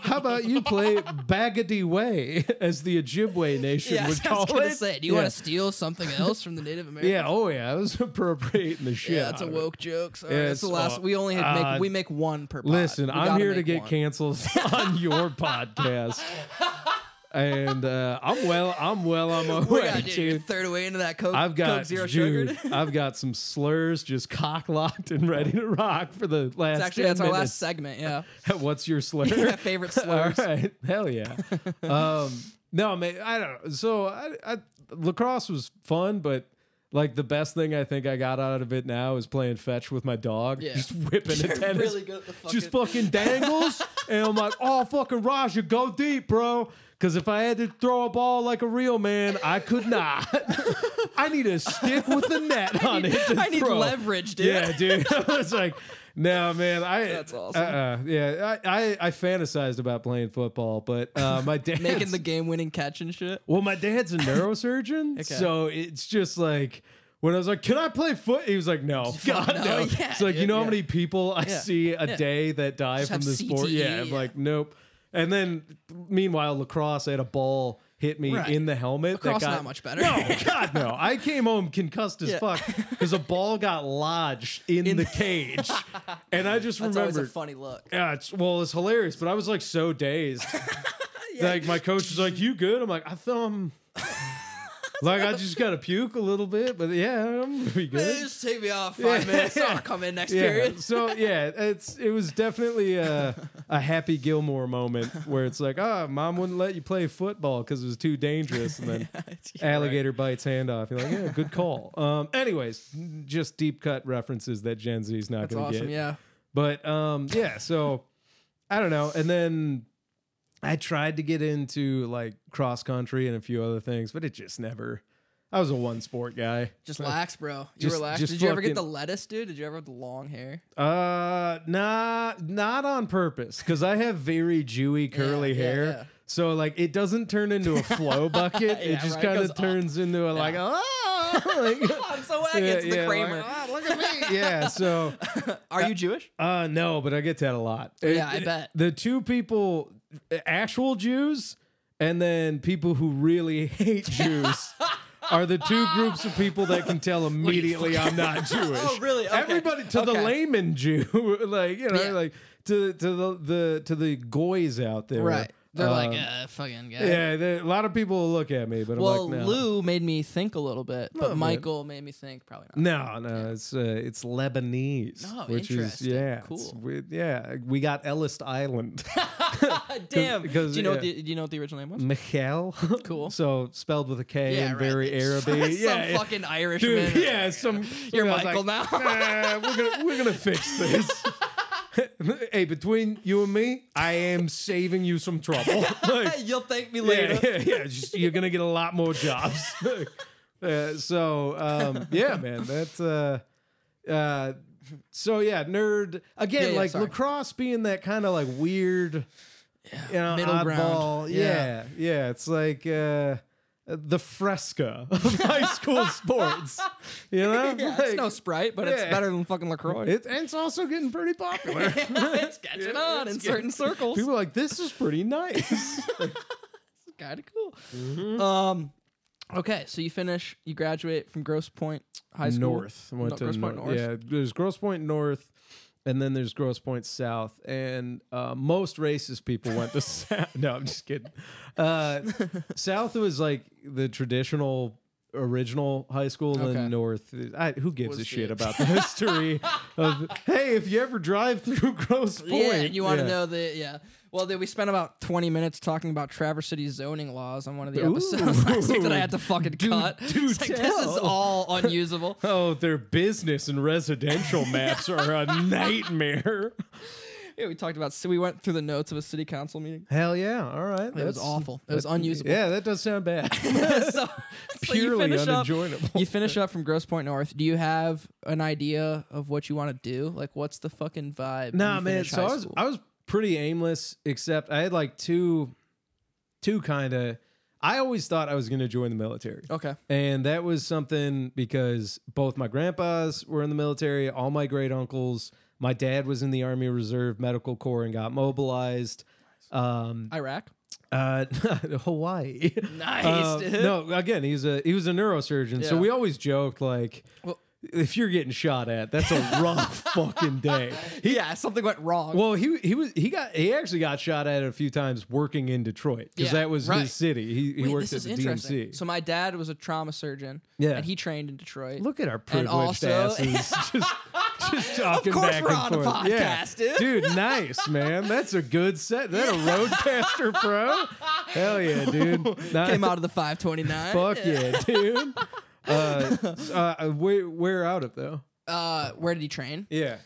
How about you play Bagady Way, as the Ojibwe nation Yeah, would I call was gonna it? say, do you yeah. want to steal something else from the Native Americans? Yeah, oh yeah, I was appropriating the shit. Yeah, it's a out of it. woke joke. Sorry, Yeah, that's the it's last. all- we only had make, uh, we make one per. Pod. Listen, We I'm gotta here to make get one. canceled on your podcast, and uh, I'm well. I'm well on my We way, got dude, you're dude. a third away into that Coke. I've got Coke Zero dude, sugared. I've got some slurs just cock locked and ready to rock for the last. It's actually, 10 that's our last minutes. segment. Yeah, What's your slur? Yeah, favorite slurs. All right, hell yeah. um, no, man, I don't. know. So I, I, lacrosse was fun, but. Like the best thing I think I got out of it now is playing fetch with my dog, Yeah. just whipping a tennis really good at the fucking. just fucking dangles, and I'm like, oh fucking Raja, go deep, bro. Because if I had to throw a ball like a real man, I could not. I need a stick with a net on it. To I need throw. leverage, dude. Yeah, dude. I was like, no, man. I That's awesome. Uh, yeah, I, I I fantasized about playing football, but uh, my dad Making the game-winning catch and shit. well, my dad's a neurosurgeon, so it's just like when I was like, "Can I play foot?" He was like, "No, God, no. no." Yeah, it's like you dude, know yeah. how many people I Yeah, see a yeah. day that die from have this sport. CTE, Yeah, I'm yeah. like, nope. And then, meanwhile, lacrosse I had a ball hit me Right. in the helmet. Lacrosse that got, not much better. No, God, no. I came home concussed as Yeah. fuck because a ball got lodged in, the cage, and I just That's always a remembered. funny look. Yeah, it's, well, it's hilarious, but I was like so dazed. Like my coach was like, "You good?" I'm like, "I thumb." like I just got to puke a little bit, but yeah, I'm gonna be Eh, good. Just take me off five Yeah. minutes. I'll come in next Yeah. period. So yeah, it's it was definitely a, a Happy Gilmore moment where it's like, ah, mom wouldn't let you play football because it was too dangerous, and then alligator bites hand off. You're like, yeah, good call. Um, anyways, just deep cut references that Gen Z's not That's gonna awesome. get. Yeah. But um, yeah, so I don't know. And then I tried to get into like cross country and a few other things, but it just never. I was a one sport guy. Just lax, bro. You Just- were lax. just Did you ever get fucking- the lettuce, dude? Did you ever have the long hair? Uh, nah, not on purpose because I have very dewy curly yeah, hair. yeah. So like it doesn't turn into a flow bucket. Yeah, it just right, it kind goes of up. turns into a like oh, like, I'm so wacky. yeah, it's the yeah, like, Kramer. "Ah, look at me. yeah. So Are you Jewish? Uh no, but I get that a lot. Oh, Yeah, I bet. The two people actual Jews and then people who really hate Jews are the two groups of people that can tell immediately I'm not Jewish. Oh, really? Okay. Everybody to the Okay. layman Jew, like, you know, Yeah. like to to the, the to the goys out there. Right. eh. They're like, um, uh, fucking guy. yeah, they- a lot of people will look at me, but Well, I'm like, no. Lou made me think a little bit, but Little bit. Michael made me think probably not. No, no, it's uh, it's Lebanese, Oh, which is interesting. yeah, Cool. it's weird. yeah. We got Ellis Island. Damn. because, do you know what yeah. the, do you know what the original name was? Michael. Cool. so spelled with a K and right. very Arab. some yeah, yeah. fucking Irishman. dude. Yeah, some. You're I was Michael like, now. "Nah, we're gonna we're gonna fix this. hey, between you and me, I am saving you some trouble. Like, You'll thank me yeah, later. yeah, yeah. Just, you're gonna get a lot more jobs. Uh, so um, yeah, man, that's uh, uh, so yeah, nerd again. Yeah, yeah, like sorry. lacrosse being that kind of like weird, you know, middle ground. oddball. Yeah. Yeah. yeah, It's like uh, the fresca of high school sports. You know, Yeah, it's Like, no Sprite, but it's yeah. better than fucking LaCroix. it- and it's also getting pretty popular. it's catching on in certain circles. People are like, this is pretty nice. kind of cool. Mm-hmm. Um, okay, so you finish, you graduate from Gross Point High School. North. Went No, to Grosse Pointe North. North. Yeah, there's Gross Point North, and then there's Gross Point South. And uh, most racist people went to South. No, I'm just kidding. Uh, South was like the traditional original high school and Okay. then north is- I, who gives a Was shit the- about the history of hey if you ever drive through gross point Yeah, and you want to Yeah. know the yeah. Well, then we spent about twenty minutes talking about Traverse City zoning laws on one of the Ooh. episodes last week that I had to fucking cut. do It's like, this is tell. all unusable. oh their business and residential maps are a nightmare yeah, we talked about. So we went through the notes of a city council meeting. hell yeah all right It was awful. It was unusable. yeah that does sound bad so, so you purely finish up. unenjoyable You finish up from Gross Point North. Do you have an idea of what you want to do? Like, what's the fucking vibe? when Nah, you man. finish So high I was school? I was pretty aimless, except I had like two, two kind of. I always thought I was going to join the military. okay. And that was something because both my grandpas were in the military, all my great uncles, my dad was in the Army Reserve Medical Corps and got mobilized. Um, Iraq. uh, Hawaii. Nice, Uh, dude. No, again, he's a he was a neurosurgeon, so Yeah. we always joked like, Well- if you're getting shot at, that's a rough fucking day. yeah, something went wrong. Well, he he was he got he actually got shot at a few times working in Detroit because Yeah, that was right. his city. He, he Wait, worked this at is the interesting. DMC. So my dad was a trauma surgeon. Yeah. And he trained in Detroit. Look at our And privileged also- asses just just talking course back we're and on a forth. podcast, yeah. dude. nice man. That's a good set. That a Roadcaster Pro? Hell yeah, dude. Nah, Came out of the 529. Fuck yeah, dude. Uh, s- uh, we're, we're out of though. Uh, where did he train? Yeah.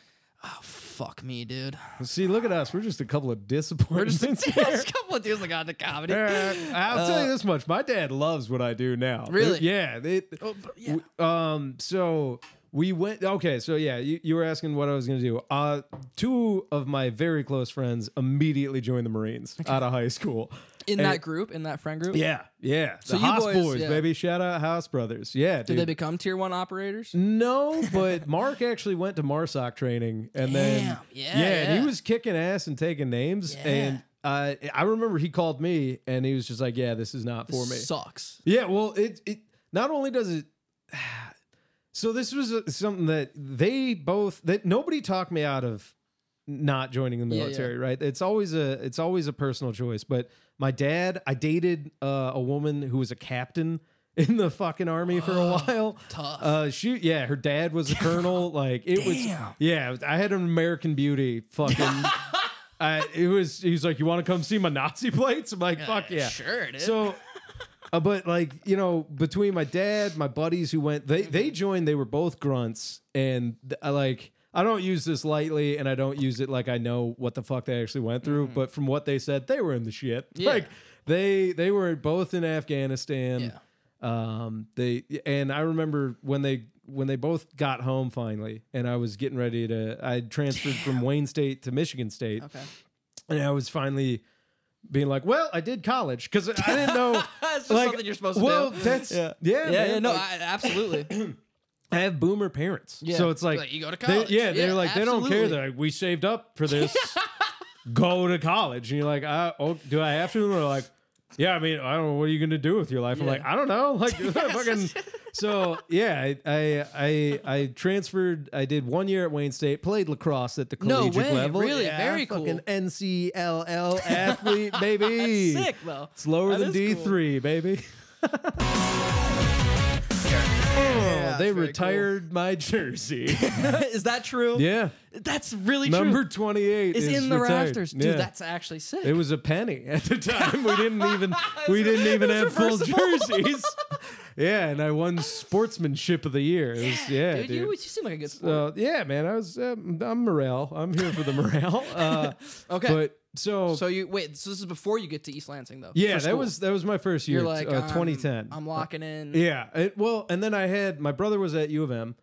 Fuck me, dude. See, look at us. We're just a couple of disappointments. There's a couple of dudes that got into comedy. Uh, I'll tell you this much: my dad loves what I do now. Really? Oh, Yeah. They, w- um. So we went. Okay. So yeah, you, you were asking what I was going to do. Uh, two of my very close friends immediately joined the Marines out of high school. In And- that group, in that friend group, Yeah. Yeah. The you House boys- boys, yeah. baby. Shout out House Brothers. Yeah. did Dude. they become tier one operators? no, but Mark actually went to Marsoc training, and then Damn, yeah, and yeah. he was kicking ass and taking names, Yeah. and uh, I remember he called me, and he was just like, "Yeah, this is not for me." Sucks. Yeah, well, it it not only does it. So this was uh, something that they both that nobody talked me out of not joining the Yeah, yeah. military. Right? It's always a it's always a personal choice. But my dad, I dated uh, a woman who was a captain in the fucking army for a while. Tough. Uh, she yeah, her dad was a colonel. Like it was Damn. yeah. I had an American Beauty fucking. I, it was he was like, you want to come see my Nazi plates? I'm like, fuck yeah, Sure, dude. so, uh, but like you know, between my dad, my buddies who went, they they joined. They were both grunts, and th- I like I don't use this lightly, and I don't use it like I know what the fuck they actually went through. But from what they said, they were in the shit. Mm-hmm. Yeah. Like they they were both in Afghanistan. Yeah. Um, they and I remember when they when they both got home finally, and I was getting ready to. I had transferred from Wayne State to Michigan State, okay. and I was finally being like, "Well, I did college because I didn't know." That's just something you're supposed to well, do. that's yeah, yeah, man, yeah, no, like, I, absolutely. I, have boomer parents, Yeah. so it's like, Like, you go to they- college. yeah, they're Yeah, like they don't care. absolutely. They're like, we saved up for this. go to college, and you're like, I, oh, do I have to? And they're like, yeah, I mean, I don't know. What are you going to do with your life? I'm Yeah. like, I don't know. Like, fucking. So yeah, I, I I I transferred. I did one year at Wayne State, played lacrosse at the No collegiate way, level. really? yeah, Very fucking NCLL athlete, baby. Sick though. It's lower than That D is cool. three, baby. Oh, they very cool. retired my jersey. is that true? yeah, That's really number true. twenty eight Is is, in the retired. rafters, dude. Yeah. That's actually sick. it was a penny at the time. We didn't even we didn't even It have was full reversible. jerseys. yeah, and I won sportsmanship of the year. It was, yeah, dude, You, you seem like a good sport. So yeah, man, I was uh, I'm morale. I'm here for the morale. Uh, okay. but so, so you wait. So this is before you get to East Lansing, though. yeah, for that school. was that was my first year. You're like uh, I'm- 2010. I'm locking in. Yeah. It, well, and then I had my brother was at U of M,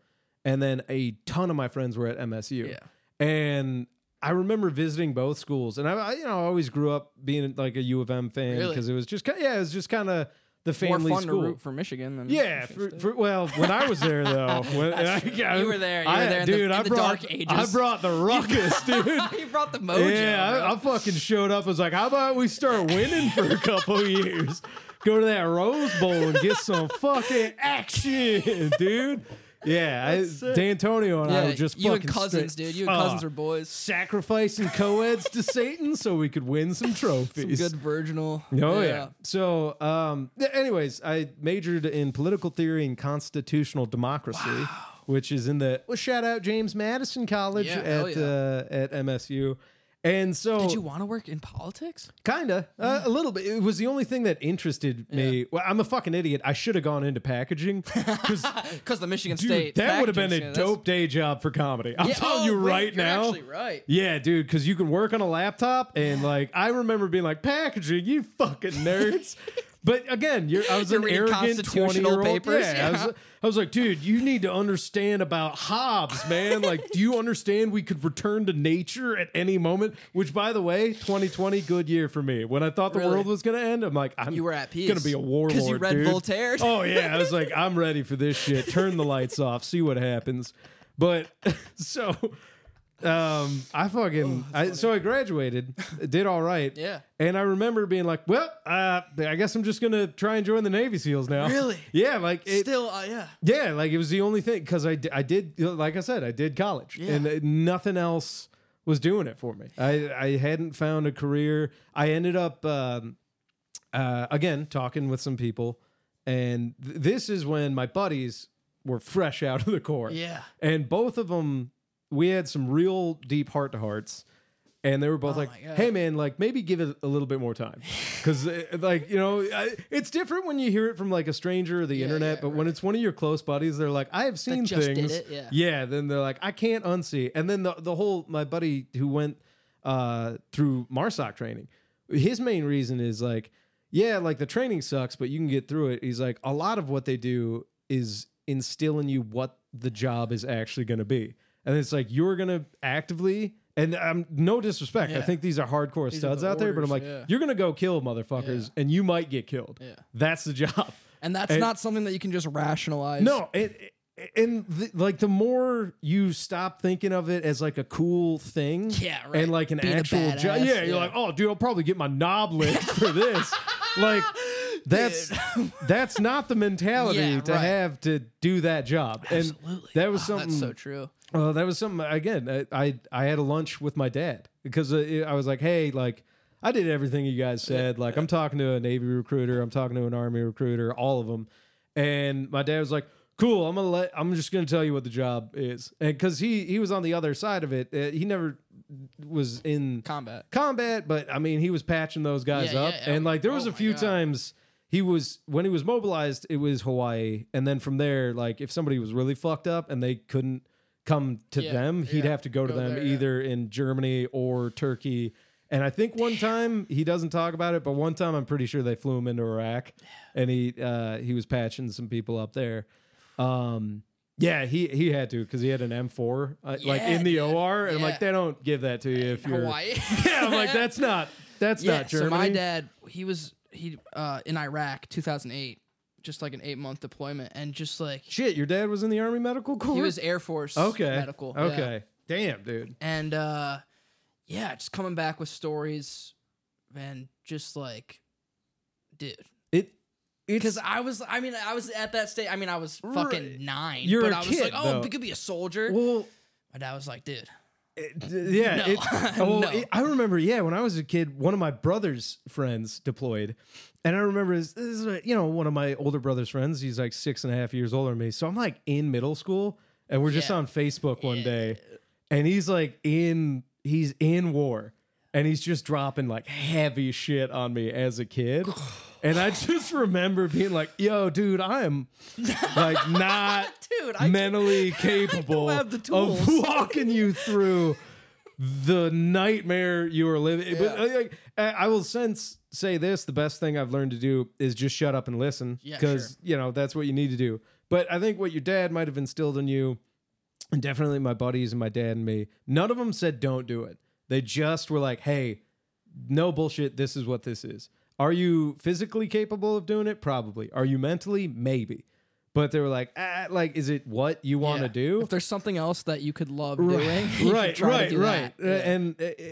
and then a ton of my friends were at MSU. Yeah. And I remember visiting both schools, and I, I you know I always grew up being like a U of M fan Really? because it was just ki- yeah it was just kind of the More family fun school. to root for Michigan than yeah, for, for, well, when I was there though, when, I, I, You were there, you were I- there in the- dude. in I the brought, dark ages. I brought the ruckus, dude. you brought the mojo. Yeah, I, I fucking showed up. I was like, how about we start winning for a couple of years? Go to that Rose Bowl and get some fucking action, dude. Yeah, I, D'Antonio and I Yeah, were just you and fucking cousins, straight- dude. You and Ah, cousins were boys. sacrificing co-eds to Satan so we could win some trophies. Good virginal. Oh yeah. So, um, th- anyways, I majored in political theory and constitutional democracy, which is in the well, shout out James Madison College Yeah, hell at yeah. uh, at MSU. And so, Did you want to work in politics? kinda uh, a little bit. It was the only thing that interested me. Well, I'm a fucking idiot. I should have gone into packaging because Because the Michigan dude, State. that would have been packaging, a yeah, that's- dope day job for comedy. I'm Yeah, telling oh, you wait, right you're now. actually right. Yeah, dude, because you can work on a laptop, and like I remember being like, packaging, you fucking nerds. But again, you're, I was You're an reading arrogant constitutional twenty-year-old. papers, yeah, I, was, I was like, dude, you need to understand about Hobbes, man. like, do you understand we could return to nature at any moment? Which, by the way, 2020, good year for me. When I thought the Really? world was gonna end, I'm like, I'm You were at peace. Gonna be a warlord. Because you read dude. Voltaire. Oh yeah, I was like, I'm ready for this shit. Turn the lights off, see what happens. But so, um, I fucking I, so I graduated, did all right. Yeah. And I remember being like, well, uh, I guess I'm just gonna try and join the Navy SEALs now. Really? Yeah, like it, Still, uh, yeah. yeah, like it was the only thing because I, di- I did you know, like I said I did college and uh, nothing else was doing it for me. I I hadn't found a career. I ended up um, uh, again talking with some people, and th- this is when my buddies were fresh out of the Corps. Yeah. and both of them we had some real deep heart to hearts. And they were both like, Oh God. "Hey, man, like maybe give it a little bit more time, because like you know, I, it's different when you hear it from like a stranger or the internet, yeah, but when it's one of your close buddies, they're like, "I have seen just did things." it, yeah. Then they're like, "I can't unsee." And then the the whole my buddy who went uh, through Marsoc training, his main reason is like, "Yeah, like the training sucks, but you can get through it." He's like, "A lot of what they do is instill in you what the job is actually going to be," and it's like you're going to actively. And um, no disrespect, I Yeah. think these are hardcore are studs the out there, but I'm like, orders, yeah. you're gonna go kill motherfuckers, and you might get killed. Yeah. That's the job. And that's And- not something that you can just rationalize. No, it, it- and the, like the more you stop thinking of it as like a cool thing, Yeah, right. and like an Being a actual job, badass, yeah, you're yeah. like, oh, dude, I'll probably get my knob licked for this. Like, that's that's not the mentality Yeah, to right. have to do that job. And Absolutely. that was Oh, something. that's so true. Well, that was something again. I I, I had a lunch with my dad because uh, it- I was like, hey, like I did everything you guys said. Like I'm talking to a Navy recruiter, I'm talking to an Army recruiter, all of them, and my dad was like. Cool. I'm gonna let. I'm just gonna tell you what the job is, and because he he was on the other side of it. Uh, he never was in Combat. combat, but I mean, he was patching those guys Yeah, up, yeah, and like there was a oh my few God. times he was when he was mobilized, it was Hawaii, and then from there, like if somebody was really fucked up and they couldn't come to Yeah, them, he'd yeah, have to go to go them there, yeah. either in Germany or Turkey. And I think one time he doesn't talk about it, but one time I'm pretty sure they flew him into Iraq, and he uh, he was patching some people up there. Um, yeah, he he had to because he had an M4 uh, like Yeah, in the dude. OR, and I'm like Yeah. they don't give that to you if you're Hawaii. yeah, I'm like, that's not that's yeah. not Germany. So my dad, he was he uh, in Iraq, 2008, just like an eight month deployment, and just like Shit, your dad was in the Army Medical Corps. he was Air Force okay. medical. yeah. Okay. Damn, dude. and uh yeah just coming back with stories and just like dude It. because i was i mean i was at that state i mean i was Right. fucking nine You're but a I was kid, like oh though. we could be a soldier Well, my dad was like dude it- yeah. No. It, well, No. it- I remember. Yeah, when I was a kid, one of my brother's friends deployed, and I remember this, this is you know one of my older brother's friends. He's like six and a half years older than me, so I'm like in middle school, and we're just Yeah. on Facebook one day, and he's like in he's in war. and he's just dropping like heavy shit on me as a kid. And I just remember being like, yo, dude, I am like not Dude, I- mentally capable have the of tools. walking you through the nightmare you are living. But uh, like, I I will since say this the best thing I've learned to do is just shut up and listen. Yeah, Because, you know, that's what you need to do. But I think what your dad might have instilled in you and definitely my buddies and my dad and me, none of them said don't do it. They just were like, hey, no bullshit, this is what this is. Are you physically capable of doing it? Probably. Are you mentally? Maybe. But they were like, ah, like, is it what you want to Yeah. do? If there's something else that you could love doing, right, you should right, try to right, do right. that. Yeah. And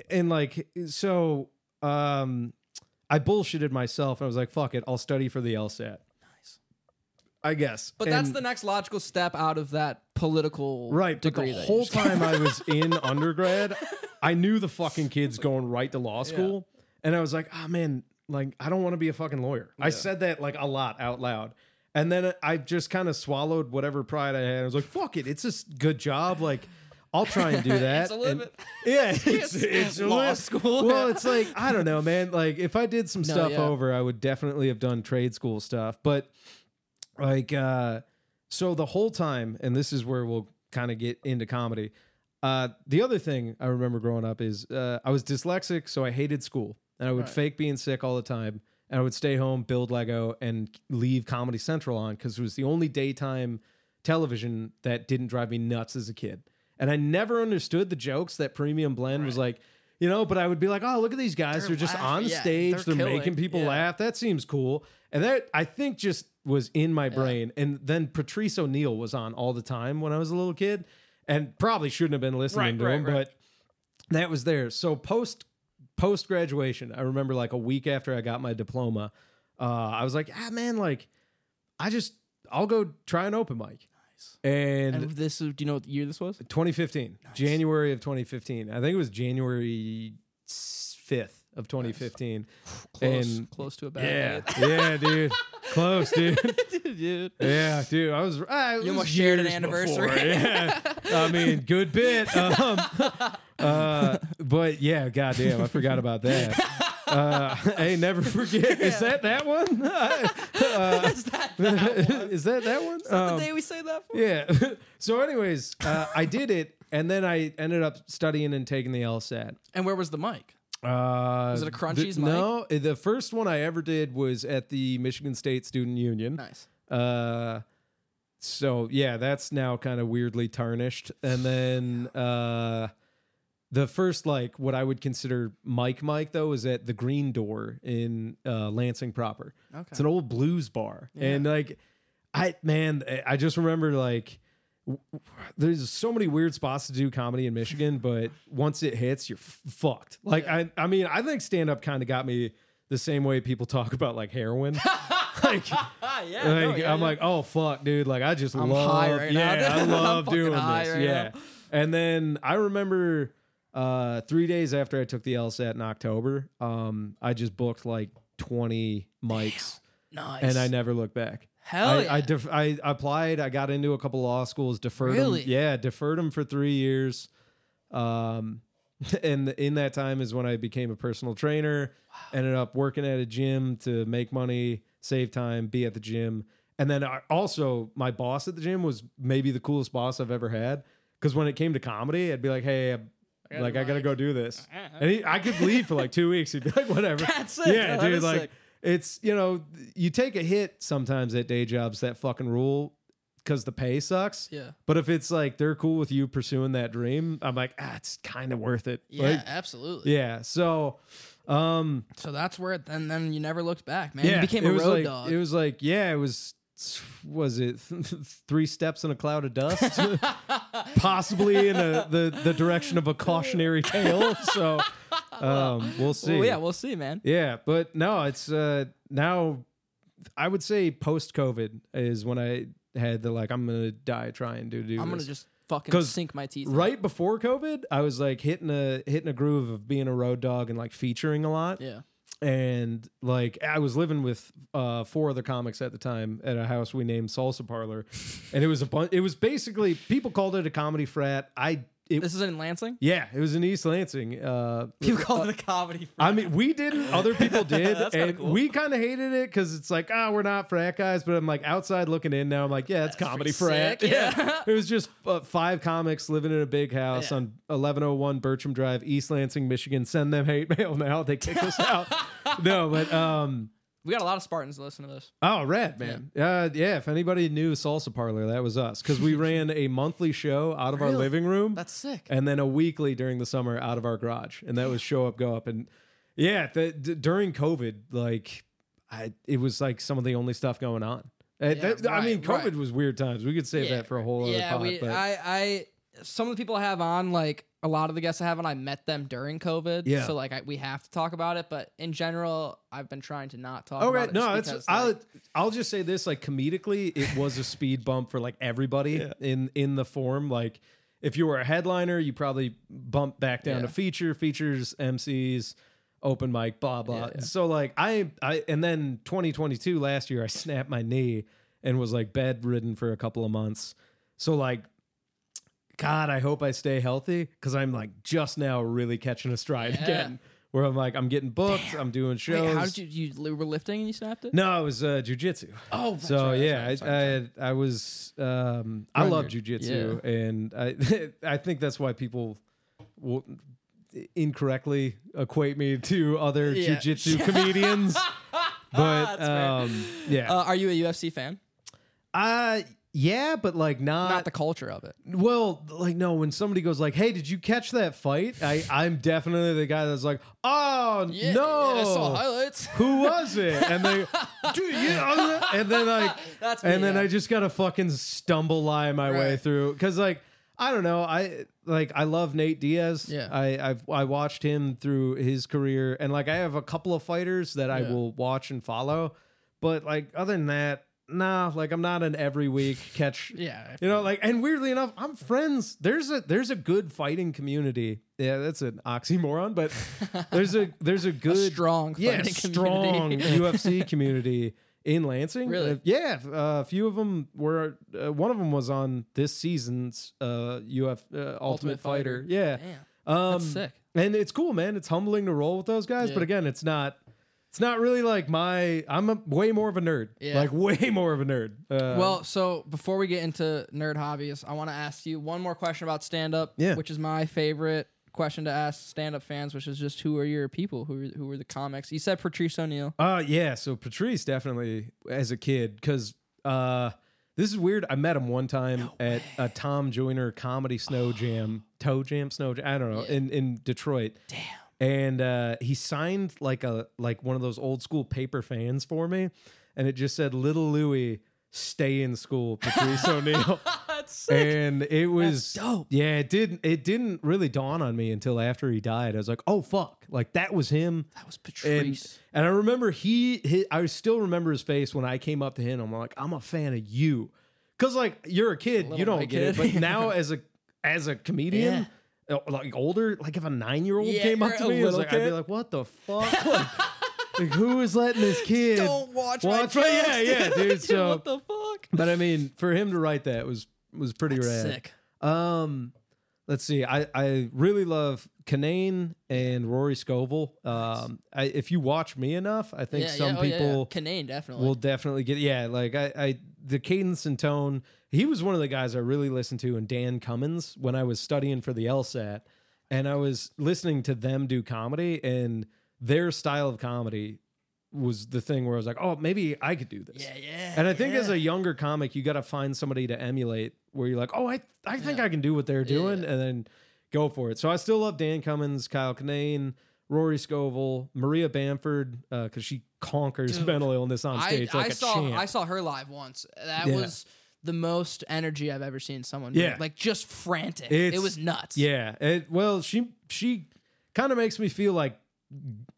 and like so, um, I bullshitted myself. I was like, "Fuck it, I'll study for the LSAT." Nice. I guess, But that's And- the next logical step out of that political right. But degree. the that you whole just- time I was in undergrad, I knew the fucking kids going right to law school, and I was like, "Ah, man, like I don't want to be a fucking lawyer." I said that like a lot out loud. And then I just kind of swallowed whatever pride I had. I was like, "Fuck it, it's a s- good job. Like, I'll try and do that." a little And- bit. Yeah, it's, it's a law little- school. Well, it's like I don't know, man. Like if I did some stuff yeah. over, I would definitely have done trade school stuff. But like, uh, so the whole time, and this is where we'll kind of get into comedy. Uh, the other thing I remember growing up is uh, I was dyslexic, so I hated school, and I would fake being sick all the time, and I would stay home, build Lego, and leave Comedy Central on because it was the only daytime television that didn't drive me nuts as a kid. And I never understood the jokes that Premium Blend was like, you know. But I would be like, oh, look at these guys; they're, just laughing. on Yeah, stage, they're they're, killing. making people Yeah. laugh laugh. That seems cool. And that I think just was in my brain. And then Patrice O'Neill was on all the time when I was a little kid, and probably shouldn't have been listening Right, to right, him, right. but that was there. So post post graduation, I remember like a week after I got my diploma, uh, I was like, ah man, like I just I'll go try an open mic. And this, is- do you know what year this was? 2015, January of 2015. I think it was January 5th of 2015. Close, And- close to a Yeah, bad. yeah, dude. Close, dude. Yeah, dude. Yeah, dude, I was. I was almost shared an years anniversary. before, Yeah, I mean, good bit. Um, uh, but yeah, goddamn, I forgot about that. Uh, hey, never forget. Is that that one? Uh, Is that, is that that one? Um, the day we say that for? yeah. so, anyways, uh, I did it, and then I ended up studying and taking the LSAT. And where was the mic? Uh, was it a Crunchies mic? No, the first one I ever did was at the Michigan State Student Union. Nice. Uh, so yeah, that's now kind of weirdly tarnished. And then uh, the first like what I would consider Mike Mike though is at the Green Door in uh, Lansing proper. Okay. It's an old blues bar, and like I man, I- I just remember like. w- w- There's so many weird spots to do comedy in Michigan, but once it hits, you're f- fucked. Like I, I mean, I think stand up kind of got me the same way people talk about like heroin. like Ah, yeah. like, I'm like, oh fuck, dude. Like I just I'm love, high right now, yeah, I dude. I'm love fucking doing this. high right yeah. And then I remember uh, three days after I took the LSAT in October, um, I just booked like 20 mics, nice. and I never looked back. Hell I, yeah. I, def- I applied. I got into a couple law schools. Deferred Really? them. Yeah, deferred them for three years. Um, and in that time is when I became a personal trainer. Ended up working at a gym to make money, save time, be at the gym, and then I, also my boss at the gym was maybe the coolest boss I've ever had. Because when it came to comedy, I'd be like, "Hey, I'm, like I gotta go do this," and he, I could leave for like two weeks. He'd be like, "Whatever." Uh-huh. That's it. Yeah, Oh, that dude. is Like sick. it's you know you take a hit sometimes at day jobs that fucking rule because the pay sucks. Yeah. But if it's like they're cool with you pursuing that dream, I'm like, ah, it's kind of worth it. yeah, Like, absolutely. yeah. So, um, So that's where it, then then you never looked back, man. yeah, you became it a was road like, dog. It was like, yeah, it was. Was it three steps in a cloud of dust, possibly in a, the the direction of a cautionary tale? So, um, we'll see. Well, yeah, we'll see, man. Yeah, but no, it's uh now I would say post COVID is when I had the like I'm gonna die trying to do I'm gonna this. just fucking 'Cause sink my teeth. in. right before COVID, I was like hitting a hitting a groove of being a road dog and like featuring a lot. Yeah. And like I was living with uh four other comics at the time at a house we named Salsa Parlor. and it was a bunch it was basically people called it a comedy frat. I it This is in Lansing. yeah, it was in East Lansing. Uh You call it a comedy. I mean, we didn't. Other people did, That's kinda and cool. we kind of hated it because it's like, ah, we're not frat guys. But I'm like outside looking in now. I'm like, yeah, it's pretty comedy frat. sick, it was just uh, five comics living in a big house Yeah. on 1101 Bertram Drive, East Lansing, Michigan. Send them hate mail now. They kicked us out. No, but um, We got a lot of Spartans to listen to this. Oh, rad, man. Yeah. Uh, yeah, if anybody knew Salsa Parlor, that was us because we ran a monthly show out of our living room. That's sick. And then a weekly during the summer out of our garage. And that was show up, go up. And Yeah, the, d- during COVID, like I, it was like some of the only stuff going on. Uh, Yeah, that- I mean, right, COVID right. was weird times. We could save Yeah, that for a whole other yeah, pod. we, but I, I, some of the people I have on, like a lot of the guests I have on, I met them during COVID. Yeah. So like I, we have to talk about it, but in general, I've been trying to not talk. okay, about it Oh, no, just it's because, I'll like, I'll just say this like comedically, it was a speed bump for like everybody in in the form. Like, if you were a headliner, you probably bumped back down to Yeah. feature, features, MCs, open mic, blah blah. Yeah, yeah. So like I I and then 2022 last year I snapped my knee and was like bedridden for a couple of months. So like God, I hope I stay healthy because I'm like just now really catching a stride Yeah. again. Where I'm like, I'm getting booked, I'm doing shows. wait, how did you, you li- were lifting and you snapped it? No, it was uh, jujitsu. Oh, that's so right, that's yeah, right, that's right, I, I, that's had- I was um, I love jujitsu, and I I think that's why people will incorrectly equate me to other Yeah. jujitsu comedians. But um, yeah, Uh, are you a UFC fan? uh, yeah, but like not, Not the culture of it. well, like no, when somebody goes like, "Hey, did you catch that fight?" I I'm definitely the guy that's like, "Oh no, yeah, I saw highlights. who was it? And they, dude, you know, and then like, That's and me, then yeah. I just gotta fucking stumble lie my way Right. through because like I don't know, I like I love Nate Diaz. Yeah. I I've, I watched him through his career, and like I have a couple of fighters that I Yeah. will watch and follow, but like other than that, nah, like I'm not an every week catch. Yeah. You know, like, and weirdly enough, I'm friends. There's a there's a good fighting community. Yeah, that's an oxymoron, but there's a there's a good strong yeah, fighting strong community. UFC community in Lansing. Really? Uh, yeah, uh, a few of them were. Uh, one of them was on this season's uh, UF uh, Ultimate, Fighter. Fighter. Yeah, Damn. um, sick. And it's cool, man. It's humbling to roll with those guys, Yeah. but again, it's not. It's not really like my. I'm a, way more of a nerd. Yeah. Like way more of a nerd. Uh, Well, so before we get into nerd hobbies, I want to ask you one more question about stand up, Yeah. which is my favorite question to ask stand up fans, which is just who are your people? Who are, who are the comics? You said Patrice O'Neill. Uh yeah, so Patrice definitely as a kid cuz uh this is weird. I met him one time at a Tom Joyner comedy snow jam, toe jam snow jam, I don't know, in in Detroit. Damn. And uh he signed like a like one of those old school paper fans for me and it just said little Louie stay in school Patrice O'Neill. And it was dope. Yeah, it didn't it didn't really dawn on me until after he died. I was like, "Oh fuck." Like that was him. That was And, Patrice. and I remember he, he, I still remember his face when I came up to him. I'm like, I'm a fan of you, because like you're a kid, you Little don't white get it. kid. But now as a as a comedian, uh, like older, like if a nine year old Yeah, came up or to a me, I was little like, I'd be kid. like, what the fuck? like, like, who is letting this kid? watch Watch my- yeah, yeah, dude, so- what the fuck? But I mean, for him to write that was was pretty rad. Sick. Um, let's see. I I really love Kanane and Rory Scovel. Um, I, if you watch me enough, I think yeah, some yeah, oh, yeah, people. yeah. Canaan, definitely. We'll definitely get yeah, like I, I the cadence and tone. He was one of the guys I really listened to, and Dan Cummins when I was studying for the LSAT, and I was listening to them do comedy, and their style of comedy was the thing where I was like, oh, maybe I could do this. yeah, yeah. And I think as yeah. a younger comic, you got to find somebody to emulate where you're like, oh, I, I think I can do what they're doing and then go for it. So I still love Dan Cummins, Kyle Kinane, Rory Scovel, Maria Bamford, because she conquers mental illness on I, stage I like a saw champ. I saw her live once. That Yeah. was the most energy I've ever seen someone. Yeah. bring. like just frantic. It's- it was nuts. yeah. It, well, she she kind of makes me feel like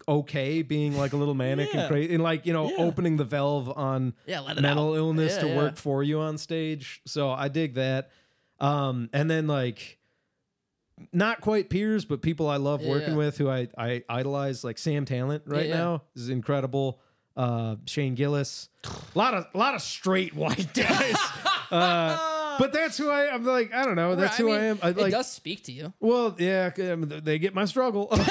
okay being like a little manic and Yeah. crazy and like you know opening the valve on Yeah, let it mental out. illness Yeah, to yeah. work for you on stage so i dig that um and then like not quite peers but people i love working Yeah. with who i i idolize like sam talent right Yeah, yeah. now is incredible uh shane gillis a lot of lot of straight white guys uh but that's who i i'm like i don't know Right, that's who mean, i am I, it like does speak to you. well, yeah, c- um, th- they get my struggle.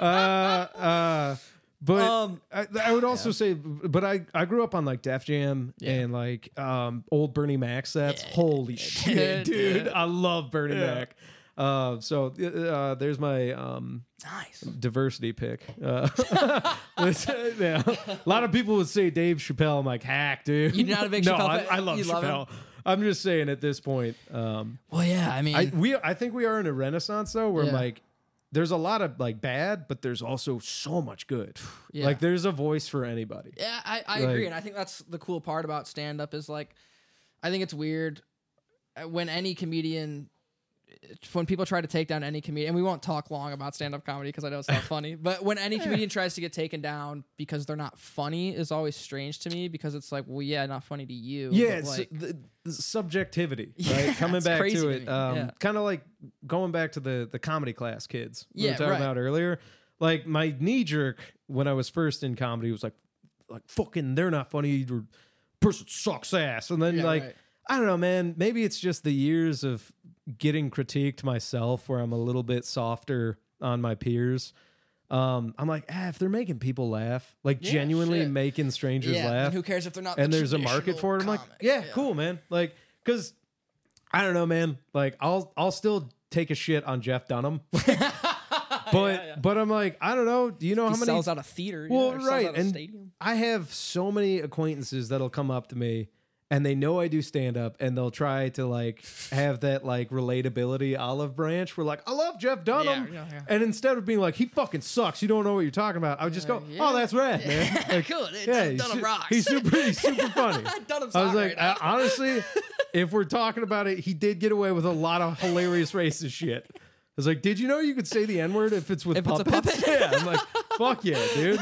Um, uh, uh, but Um, I, I would also say, but I, I grew up on like Def Jam and like um, old Bernie Mac sets. Holy shit, dude, dude! I love Bernie Mac. Uh, so uh, there's my um, Nice. diversity pick. Uh, let's- yeah. A lot of people would say Dave Chappelle. I'm like, hack, dude. You're not a big no, Chappelle I, fan? I love You love him? Chappelle. I'm just saying at this point. Um, Well, yeah. I mean, I we I think we are in a renaissance though, where Yeah. like there's a lot of like bad, but there's also so much good. Yeah. Like there's a voice for anybody. Yeah, I, I Like- agree, and I think that's the cool part about stand up is like, I think it's weird uh, when any comedian, uh, when people try to take down any comedian, and we won't talk long about stand up comedy because I know it's not funny, but when any comedian tries to get taken down because they're not funny is always strange to me because it's like, well, yeah, not funny to you. Yeah, but, it's like, the, the subjectivity, right? Yeah, Coming it's back crazy to to it, me, um, yeah. kind of like going back to the the comedy class kids we were Yeah, talking right. about earlier. Like my knee jerk when I was first in comedy was like, like fucking, they're not funny. Or person sucks ass, and then Yeah, like. right. I don't know, man. Maybe it's just the years of getting critiqued myself where I'm a little bit softer on my peers. Um, I'm like, ah, if they're making people laugh, like Yeah, genuinely shit. making strangers yeah, laugh, and who cares if they're not? and the there's a market traditional for it. I'm like, comic. yeah, cool, man. Like, cause I don't know, man. Like, I'll I'll still take a shit on Jeff Dunham, but but I'm like, I don't know. Do you know He how many sells out a theater. yeah, Well, or sells right, out a and- stadium. I have so many acquaintances that'll come up to me and they know I do stand up and they'll try to like have that like relatability olive branch where like I love Jeff Dunham. Yeah, yeah, yeah. And instead of being like, he fucking sucks, you don't know what you're talking about, I would just go, yeah. Oh, that's rad, man. Like, Cool, dude. Yeah, Jeff he's, Dunham su- rocks. he's super he's super funny. Dunham's I was hot like, right now. I- honestly, if we're talking about it, he did get away with a lot of hilarious racist shit. I was like, did you know you could say the N word if it's with If it's a puppets? yeah, I'm like, fuck yeah, dude.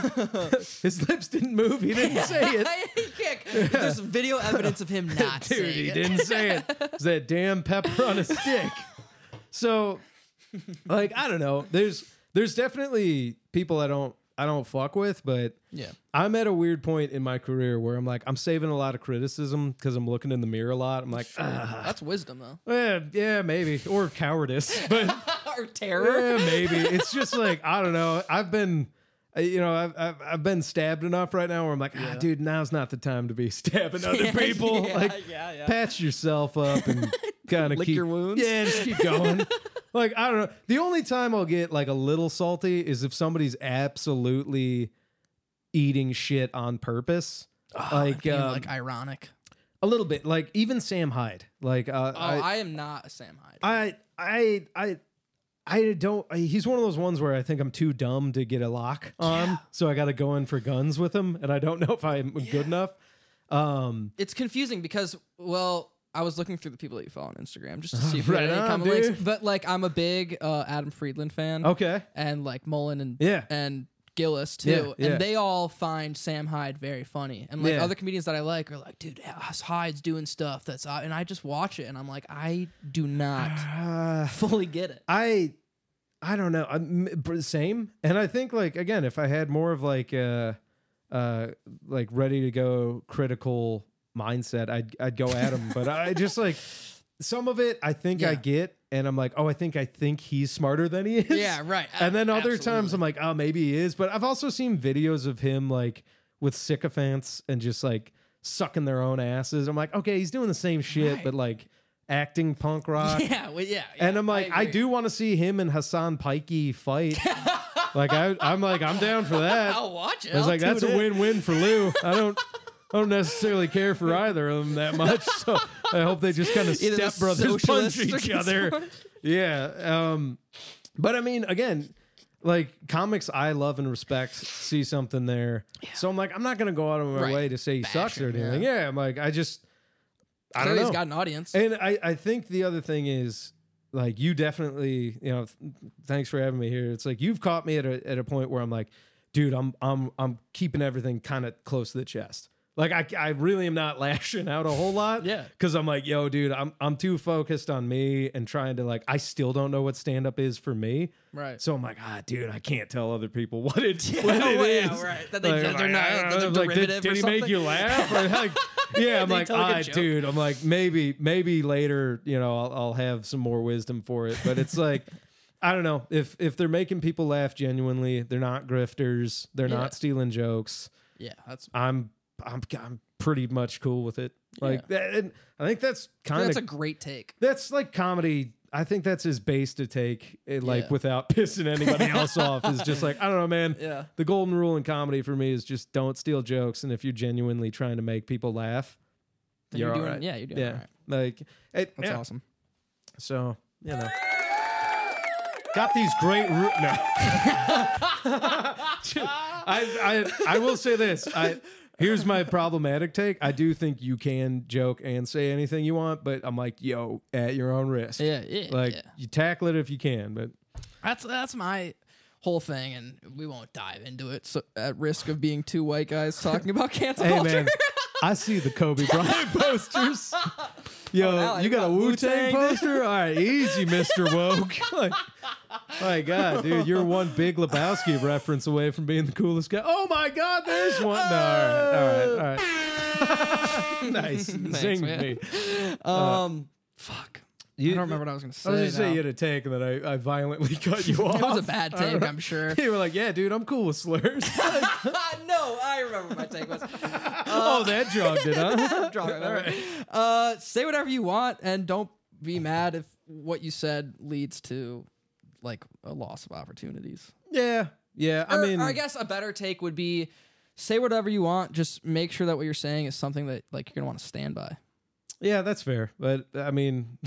His lips didn't move. He didn't say it. he can't. There's video evidence of him not Dude, saying he it. didn't say it. It's that damn pepper on a stick. So, like, I don't know. There's there's definitely people I don't I don't fuck with, but Yeah. I'm at a weird point in my career where I'm like I'm saving a lot of criticism because I'm looking in the mirror a lot. I'm like, "Ah, That's wisdom, though. Yeah, Eh, yeah, maybe. Or cowardice. But or terror. yeah, maybe. It's just like, I don't know. I've been uh, you know, I've, I've I've been stabbed enough right now where I'm like, ah, dude, now's not the time to be stabbing other people. yeah, like, yeah, yeah. patch yourself up and kind of Lick keep your wounds. Yeah, just keep going. like, I don't know. The only time I'll get like a little salty is if somebody's absolutely eating shit on purpose. like, Oh, Being, um, Ah, like ironic. a little bit. Like even Sam Hyde. Like, uh, Oh, I, am not a Sam Hyde. I I I I don't. I, he's one of those ones where I think I'm too dumb to get a lock on, so I got to go in for guns with him, and I don't know if I'm good enough. Um, it's confusing because, well, I was looking through the people that you follow on Instagram just to see if Right there are on, any common links. dude. But like, I'm a big uh, Adam Friedland fan, okay, and like Mullen and Yeah. and Gillis Yeah, too, yeah. and they all find Sam Hyde very funny. And like Yeah. other comedians that I like are like, dude, Hyde's doing stuff that's, uh, and I just watch it, and I'm like, I do not uh, fully get it. I I don't know. I'm, but same, and I think like again, if I had more of like uh uh like ready to go critical mindset, I'd I'd go at him. but I just like some of it, I think I Yeah. get, and I'm like, oh, I think I think he's smarter than he is. Yeah, right. and then other Absolutely. times I'm like, oh, maybe he is. But I've also seen videos of him like with sycophants and just like sucking their own asses. I'm like, okay, he's doing the same shit, Right. but like acting punk rock. Yeah, well, yeah, And yeah, I'm like, I, agree. do want to see him and Hassan Pikey fight. like I, I'm like, I'm down for that. I'll watch it. I was I'll like, that's tune a in. win-win for Lou. I don't. I don't necessarily care for either of them that much, so I hope they just kind of Either the step brothers punch socialists or each other. Yeah, um, but I mean, again, like comics, I love and respect see something there, so I'm like, I'm not gonna go out of my Right. way to say he Bash sucks or him, yeah. anything. Yeah. I'm like, I just, I don't Clearly know. he's got an audience. And I, I think the other thing is like you definitely, you know, th- thanks for having me here. It's like you've caught me at a at a point where I'm like, dude, I'm I'm I'm keeping everything kind of close to the chest. Like I, I really am not lashing out a whole lot. Yeah. Cause I'm like, yo, dude, I'm I'm too focused on me and trying to like I still don't know what stand up is for me. Right. So I'm like, ah, dude, I can't tell other people what it, what Yeah, it well, is. yeah, right. That they- that they're I not- don't that know. they're Like, did, derivative did or he make something? you laugh? Or, like, yeah, I'm They like, tell, like, a ah, joke. dude. I'm like, maybe, maybe later, you know, I'll, I'll have some more wisdom for it. But it's like, I don't know if if they're making people laugh genuinely, they're not grifters, they're Yeah. not stealing jokes. Yeah, that's I'm I'm I'm pretty much cool with it. Like that, and I think that's kind that's of a great take. that's like comedy. I think that's his base to take, eh, like Yeah. without pissing anybody else off. Is just like I don't know, man. Yeah. The golden rule in comedy for me is just don't steal jokes, and if you're genuinely trying to make people laugh, Then you're, you're doing- all right. yeah, you're doing all right. eh, Like it, That's yeah. awesome. So you know, Got these great root. No. I, I, I will say this. I, here's my problematic take. I do think you can joke and say anything you want, but I'm like, yo, at your own risk. Yeah, yeah, Like, yeah. you tackle it if you can, but That's that's my whole thing, and we won't dive into it. So at risk of being two white guys talking about cancel hey, culture. man, I see the Kobe Bryant posters. Yo, Oh, now you you got a got Wu Tang Wu-Tang, dude. poster? All right, easy, Mr. Woke. like, my God, dude, you're one big Lebowski reference away from being the coolest guy. Oh my God, there's one. No, all right, all right, all right. nice. Zing man. me. um, fuck. Uh, You- I don't remember what I was gonna say. I was just now. saying you had a take, and then I, I violently cut you off. it was a bad take, I'm sure. You were like, yeah, dude, I'm cool with slurs. no, I remember what my take was. oh, that jogged it, huh? Drop it, whatever. Uh, say whatever you want, and don't be mad if what you said leads to like a loss of opportunities. Yeah, yeah. I Or- mean, or I guess a better take would be say whatever you want. Just make sure that what you're saying is something that like you're gonna want to stand by. Yeah, that's fair. But I mean,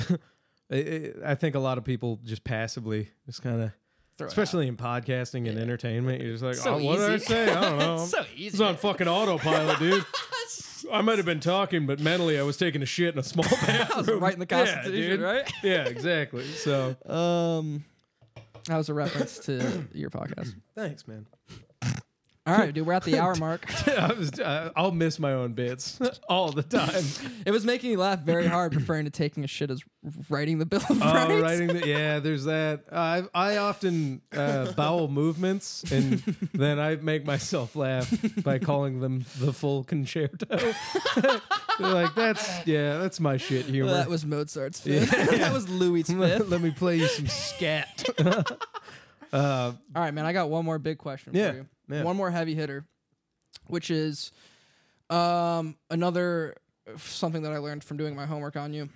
I I think a lot of people just passively just kind of, Throw it out. especially in podcasting and entertainment, you're just like, So oh, what did I easy. say? I don't know. It's so I'm- easy, It's on fucking autopilot, dude. I might have been talking, but mentally I was taking a shit in a small bathroom. right in the yeah, Constitution, dude. right? Yeah, exactly. So Um, that was a reference to your podcast. thanks, man. All right, dude, we're at the hour mark. I was, uh, I'll miss my own bits all the time. It was making me laugh very hard, referring to taking a shit as writing the Bill of Oh, Rights. writing the, yeah, there's that. I I often uh, bowel movements, and then I make myself laugh by calling them the full concerto. They're like that's yeah, that's my shit humor. That was Mozart's fifth. that was Louis' fifth. Let me play you some scat. uh, All right, man, I got one more big question Yeah, for you. yeah. One more heavy hitter, which is um, another uh, something that I learned from doing my homework on you,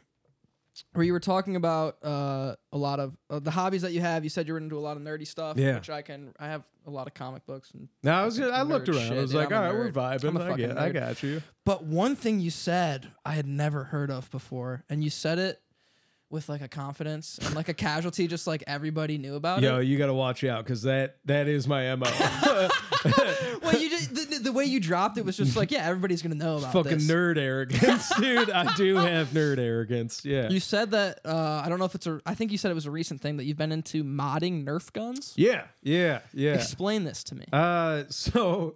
where you were talking about uh, a lot of uh, the hobbies that you have. You said you were into a lot of nerdy stuff, Yeah. which I can. I have a lot of comic books and no, I was just, I looked Nerd around. I shit, was dude, like, I'm all a right, we're nerd. I'm vibing. a I get, fucking I nerd. got you. But one thing you said I had never heard of before, and you said it with like a confidence and like a casualty, just like everybody knew about Yo, it. you got to watch out because that that is my mo. Well, you just, the, the- the way you dropped it was just like, yeah, everybody's gonna know about Fucking this. nerd arrogance, dude. I do have nerd arrogance. Yeah. You said that uh, I don't know if it's a. I think you said it was a recent thing that you've been into modding Nerf guns. yeah. Yeah. Yeah. Explain this to me. Uh, so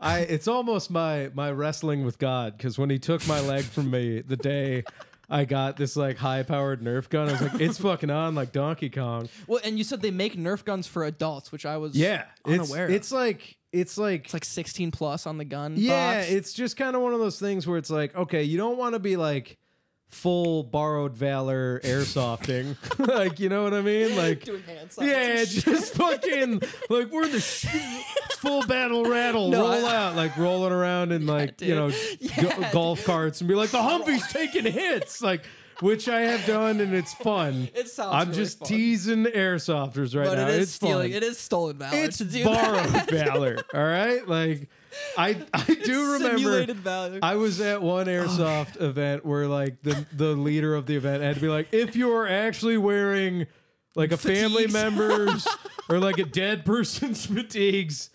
I it's almost my my wrestling with God because when he took my leg from me the day I got this like high powered Nerf gun, I was like, it's fucking on like Donkey Kong. well, and you said they make Nerf guns for adults, which I was Yeah, it's unaware. it's like it's like it's like 16 plus on the gun. yeah, box. it's just kind of one of those things where it's like, okay, you don't want to be like full borrowed valor airsofting, like you know what I mean, like doing hand signs. Yeah, just fucking like we're in the sh- full battle rattle No, roll I- out, like rolling around in like you dude. know go- Yeah. golf carts and be like the Humvee's taking hits, like which I have done and it's fun. It sounds I'm really just fun. teasing airsofters right But now. it is it's stealing. fun. It is stolen valor. It's to do borrowed that. valor. All right, like I I do remember. simulated valor. I was at one airsoft Oh. event where like the the leader of the event had to be like, if you are actually wearing like a family Fatigues. member's or like a dead person's fatigues,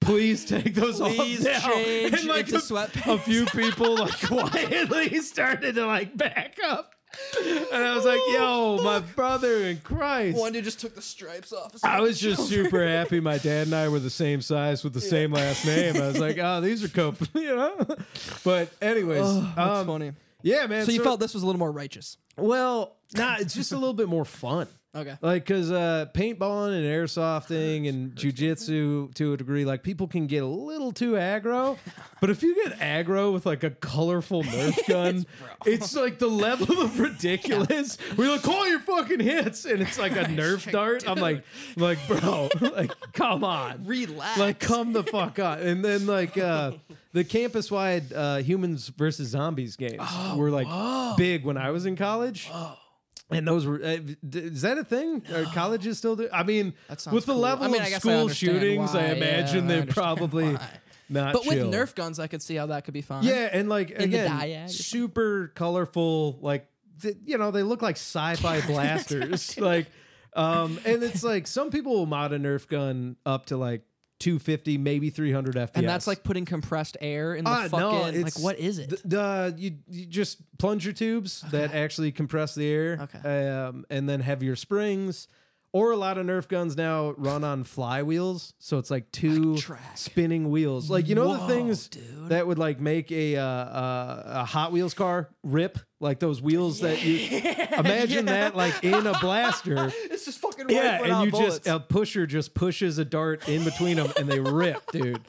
please take those Please off now. change and like into a, sweatpants. a few people like quietly started to like back up, and I was like, Oh. yo, my brother in Christ. One dude just took the stripes off. his- I was just super happy. My dad and I were the same size with the same last name. I was like, oh, these are cope, you know. But anyways, Oh, That's um, funny. yeah, man. So you felt this was a little more righteous. well, nah, it's just a little bit more fun. Okay. Like, cause uh, paintballing and airsofting and jujitsu to a degree, like people can get a little too aggro. But if you get aggro with like a colorful Nerf gun, it's like the level of ridiculous. We're like, call your fucking hits, and it's like a Nerf dart. I'm like, like, bro, like, come on, Relax. like come the fuck on and then like uh the campus wide uh humans versus zombies games Oh, were like big when i was in college and those were uh, d- is that a thing Are colleges still do i mean sounds with the cool. level I mean, I of guess I school understand shootings why. i Yeah, imagine I they understand probably why. not but with chill. Nerf guns, I could see how that could be fine. yeah and like the again dyad. super colorful like th- you know they look like sci-fi blasters like Um, and it's like some people will mod a Nerf gun up to like 250, maybe 300 FPS. And that's like putting compressed air in the Ah, fucking no, like it's- what is it? Th- the- you you just plunger tubes that actually compress the air, Okay. um, and then have your springs. Or a lot of Nerf guns now run on flywheels, so it's like two track. spinning wheels. Like you know Whoa, the things dude. that would like make a uh, uh, a Hot Wheels car rip, like those wheels that you imagine that like in a blaster. it's just fucking Yeah, rifling and out you bullets. just a pusher just pushes a dart in between them, and they rip, dude.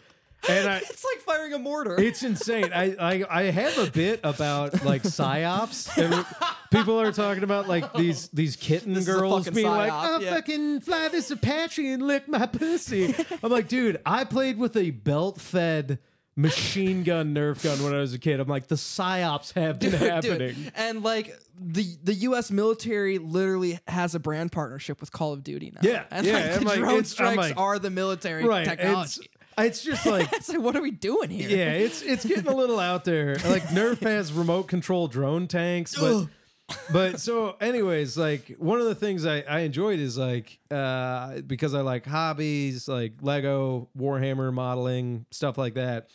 And I, it's like firing a mortar. it's insane. I, I I have a bit about like psyops. And people are talking about like these these kitten This is a girls fucking being like, psyop, "I'll yeah. fucking fly this Apache and lick my pussy." I'm like, dude, I played with a belt fed machine gun Nerf gun when I was a kid. I'm like, the psyops have been Dude, happening. dude. And like the the U.S. military literally has a brand partnership with Call of Duty now. Yeah, and yeah, like the I'm like, drone it's- I'm strikes like- are the military Right? It's technology. it's just like It's, like what are we doing here? Yeah, it's it's getting a little out there. Like Nerf has remote control drone tanks, but but so anyways, like one of the things I, I enjoyed is like uh because I like hobbies, like Lego, Warhammer modeling, stuff like that.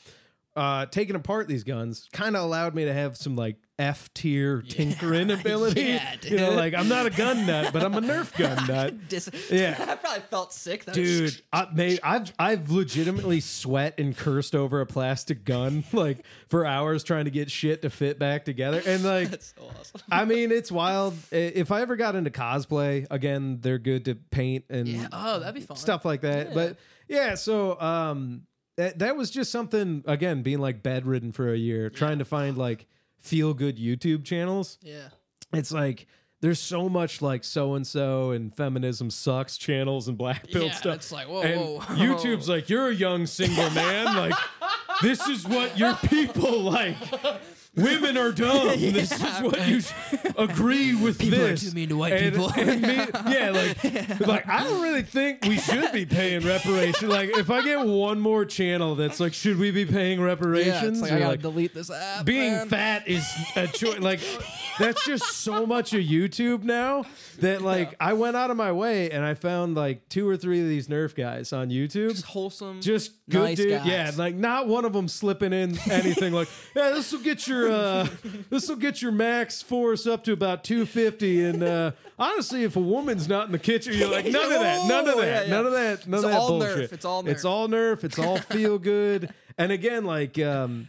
Uh taking apart these guns kind of allowed me to have some like F tier tinkering ability. yeah, You know, dude. like I'm not a gun nut, but I'm a Nerf gun nut. Dis- Yeah. I probably felt sick. That was- Dude, I, may, I've I've legitimately sweat and cursed over a plastic gun like for hours trying to get shit to fit back together, and like that's so awesome. I mean, it's wild. I- If I ever got into cosplay again, they're good to paint and Yeah. Oh, that'd be fun. Mm. stuff like that. But yeah, so um, that, that was just something again being like bedridden for a year, trying to find like feel good YouTube channels Yeah. it's like there's so much like so and so and feminism sucks channels and black pill Yeah, stuff. it's like, whoa, and whoa, whoa. YouTube's like you're a young single man. like this is what your people like. Women are dumb. This is what you sh- agree with. People are this. too mean to white And- people. and me- yeah, like, like I don't really think we should be paying reparations. Like, if I get one more channel that's like, should we be paying reparations? Yeah, it's like I You're gotta like, delete this app. being man. fat is a choice. like that's just so much of YouTube now that like I went out of my way and I found like two or three of these Nerf guys on YouTube. Just wholesome. Just good nice dude, guys. yeah. Like not one of them slipping in anything. like, yeah, this will get your uh, this will get your max force up to about two fifty. And uh, honestly, if a woman's not in the kitchen, you're like none of that, none of Whoa, that, Oh, yeah, yeah. none of that, none It's of that all Nerf, bullshit. it's all It's Nerf. all Nerf. It's all feel good. And again, like um,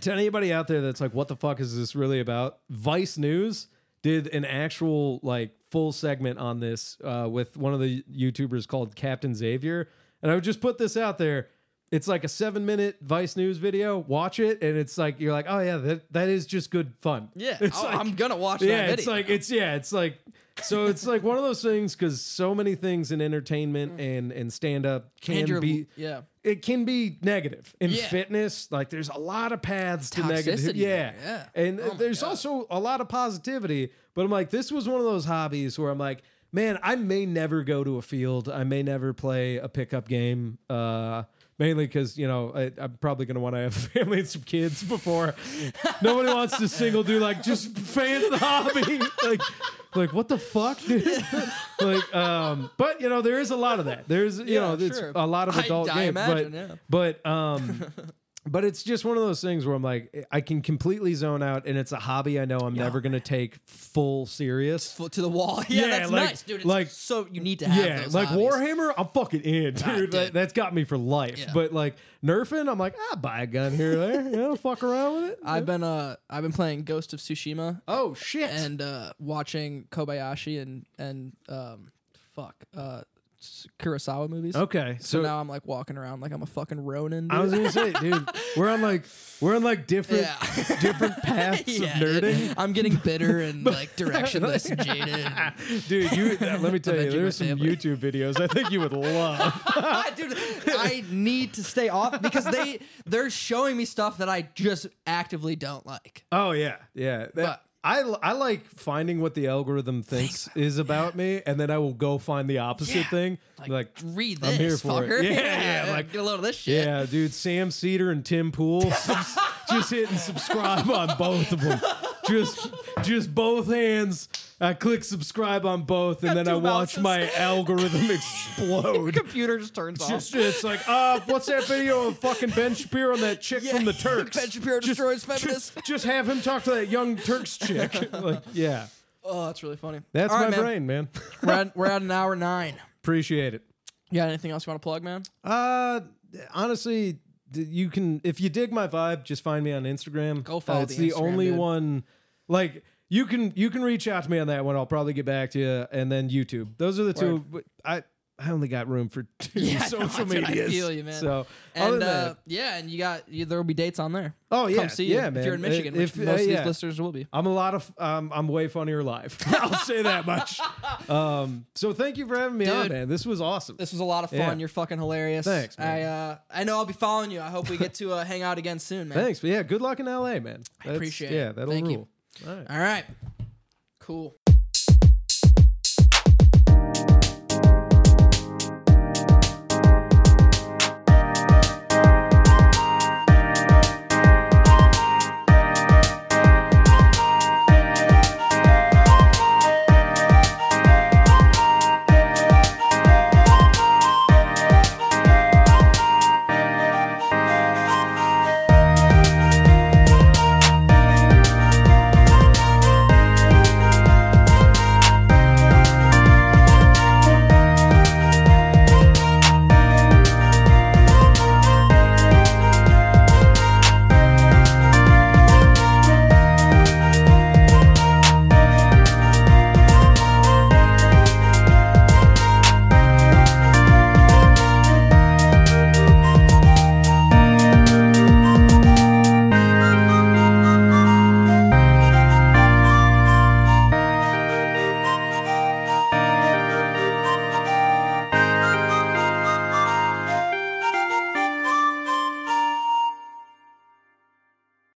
to anybody out there that's like, what the fuck is this really about? Vice News did an actual like full segment on this uh, with one of the YouTubers called Captain Xavier. And I would just put this out there. It's like a seven minute Vice News video. Watch it, and it's like you're like, oh yeah, that, that is just good fun. Yeah, Oh, it's I- like- I'm gonna watch that yeah, video. it's like it's yeah, it's like so it's like one of those things because so many things in entertainment and and stand up can Mm. And you're- be yeah. it can be negative in Yeah. fitness. Like there's a lot of paths to negative. Toxicity Yeah. there, yeah. And Oh my there's God. also a lot of positivity. But I'm like, this was one of those hobbies where I'm like, man, I may never go to a field. I may never play a pickup game. Uh, mainly because you know I, I'm probably gonna want to have a family and some kids before. Nobody wants to single do like just fan of the hobby. like, like what the fuck, dude? like, um, but you know there is a lot of that. There's you Yeah, know it's sure. a lot of I- adult I games, imagine, but yeah. but um but it's just one of those things where i'm like i can completely zone out and it's a hobby i know i'm never going to take full serious foot to the wall. Yeah, Yeah, that's like- nice, dude. It's like- so you need to have yeah those like hobbies. warhammer i'm fucking in dude That, dude. has got me for life Yeah. but like nerfing i'm like i buy a gun here or there you know fuck around with it I've been uh I've been playing Ghost of Tsushima oh shit and uh watching Kobayashi and and um fuck uh s- Kurosawa movies. okay So, so, now I'm like walking around like I'm a fucking Ronin. i dude. was gonna say dude we're on like we're on like different Yeah. different paths Yeah, of dude. nerding I'm getting bitter and like directionless and jaded. Dude, you uh, let me tell you, Avenging my there's some family. YouTube videos I think you would love. dude, I need to stay off because they they're showing me stuff that I just actively don't like. Oh yeah, yeah. That- But- I I like finding what the algorithm thinks is about me, and then I will go find the opposite Yeah. thing. Like, Read I'm this, here for it. fucker. Yeah, yeah, like- get a load of this shit. yeah, dude, Sam Cedar and Tim Pool subs- just hitting subscribe on both of them. Just just both hands I click subscribe on both, and Got then two I watch mouses. my algorithm explode. Computer just turns off. Just, it's like, uh, what's that video of fucking Ben Shapiro and that chick from the Turks? Ben Shapiro Just- destroys just- feminists. Just have him talk to that young Turks chick. like, yeah, Oh, that's really funny. that's All my right, man. brain, man. We're at, we're at an hour nine. Appreciate it. You got anything else you want to plug, man? Uh, honestly, d- you can if you dig my vibe, just find me on Instagram. Go follow It's the the, Instagram, only dude. one. Like you can you can reach out to me on that one. I'll probably get back to you, and then YouTube. Those are the two. but I I only got room for two Yeah, no, social dude, I medias. feel you, man. So other And than uh, that, yeah, and you got you, there will be dates on there. oh yeah, Come see you yeah, if man. you're in Michigan, If- which uh, most of yeah. these listeners will be. I'm a lot of um, I'm way funnier live. I'll say that much. Um, so thank you for having me on, Dude. man. This was awesome. This was a lot of fun. Yeah. You're fucking hilarious. Thanks, man. I uh, I know I'll be following you. I hope we get to uh, hang out again soon, man. Thanks, but yeah, good luck in LA, man. That's- appreciate it. Yeah, that'll Thank you. rule. All right. All right. Cool.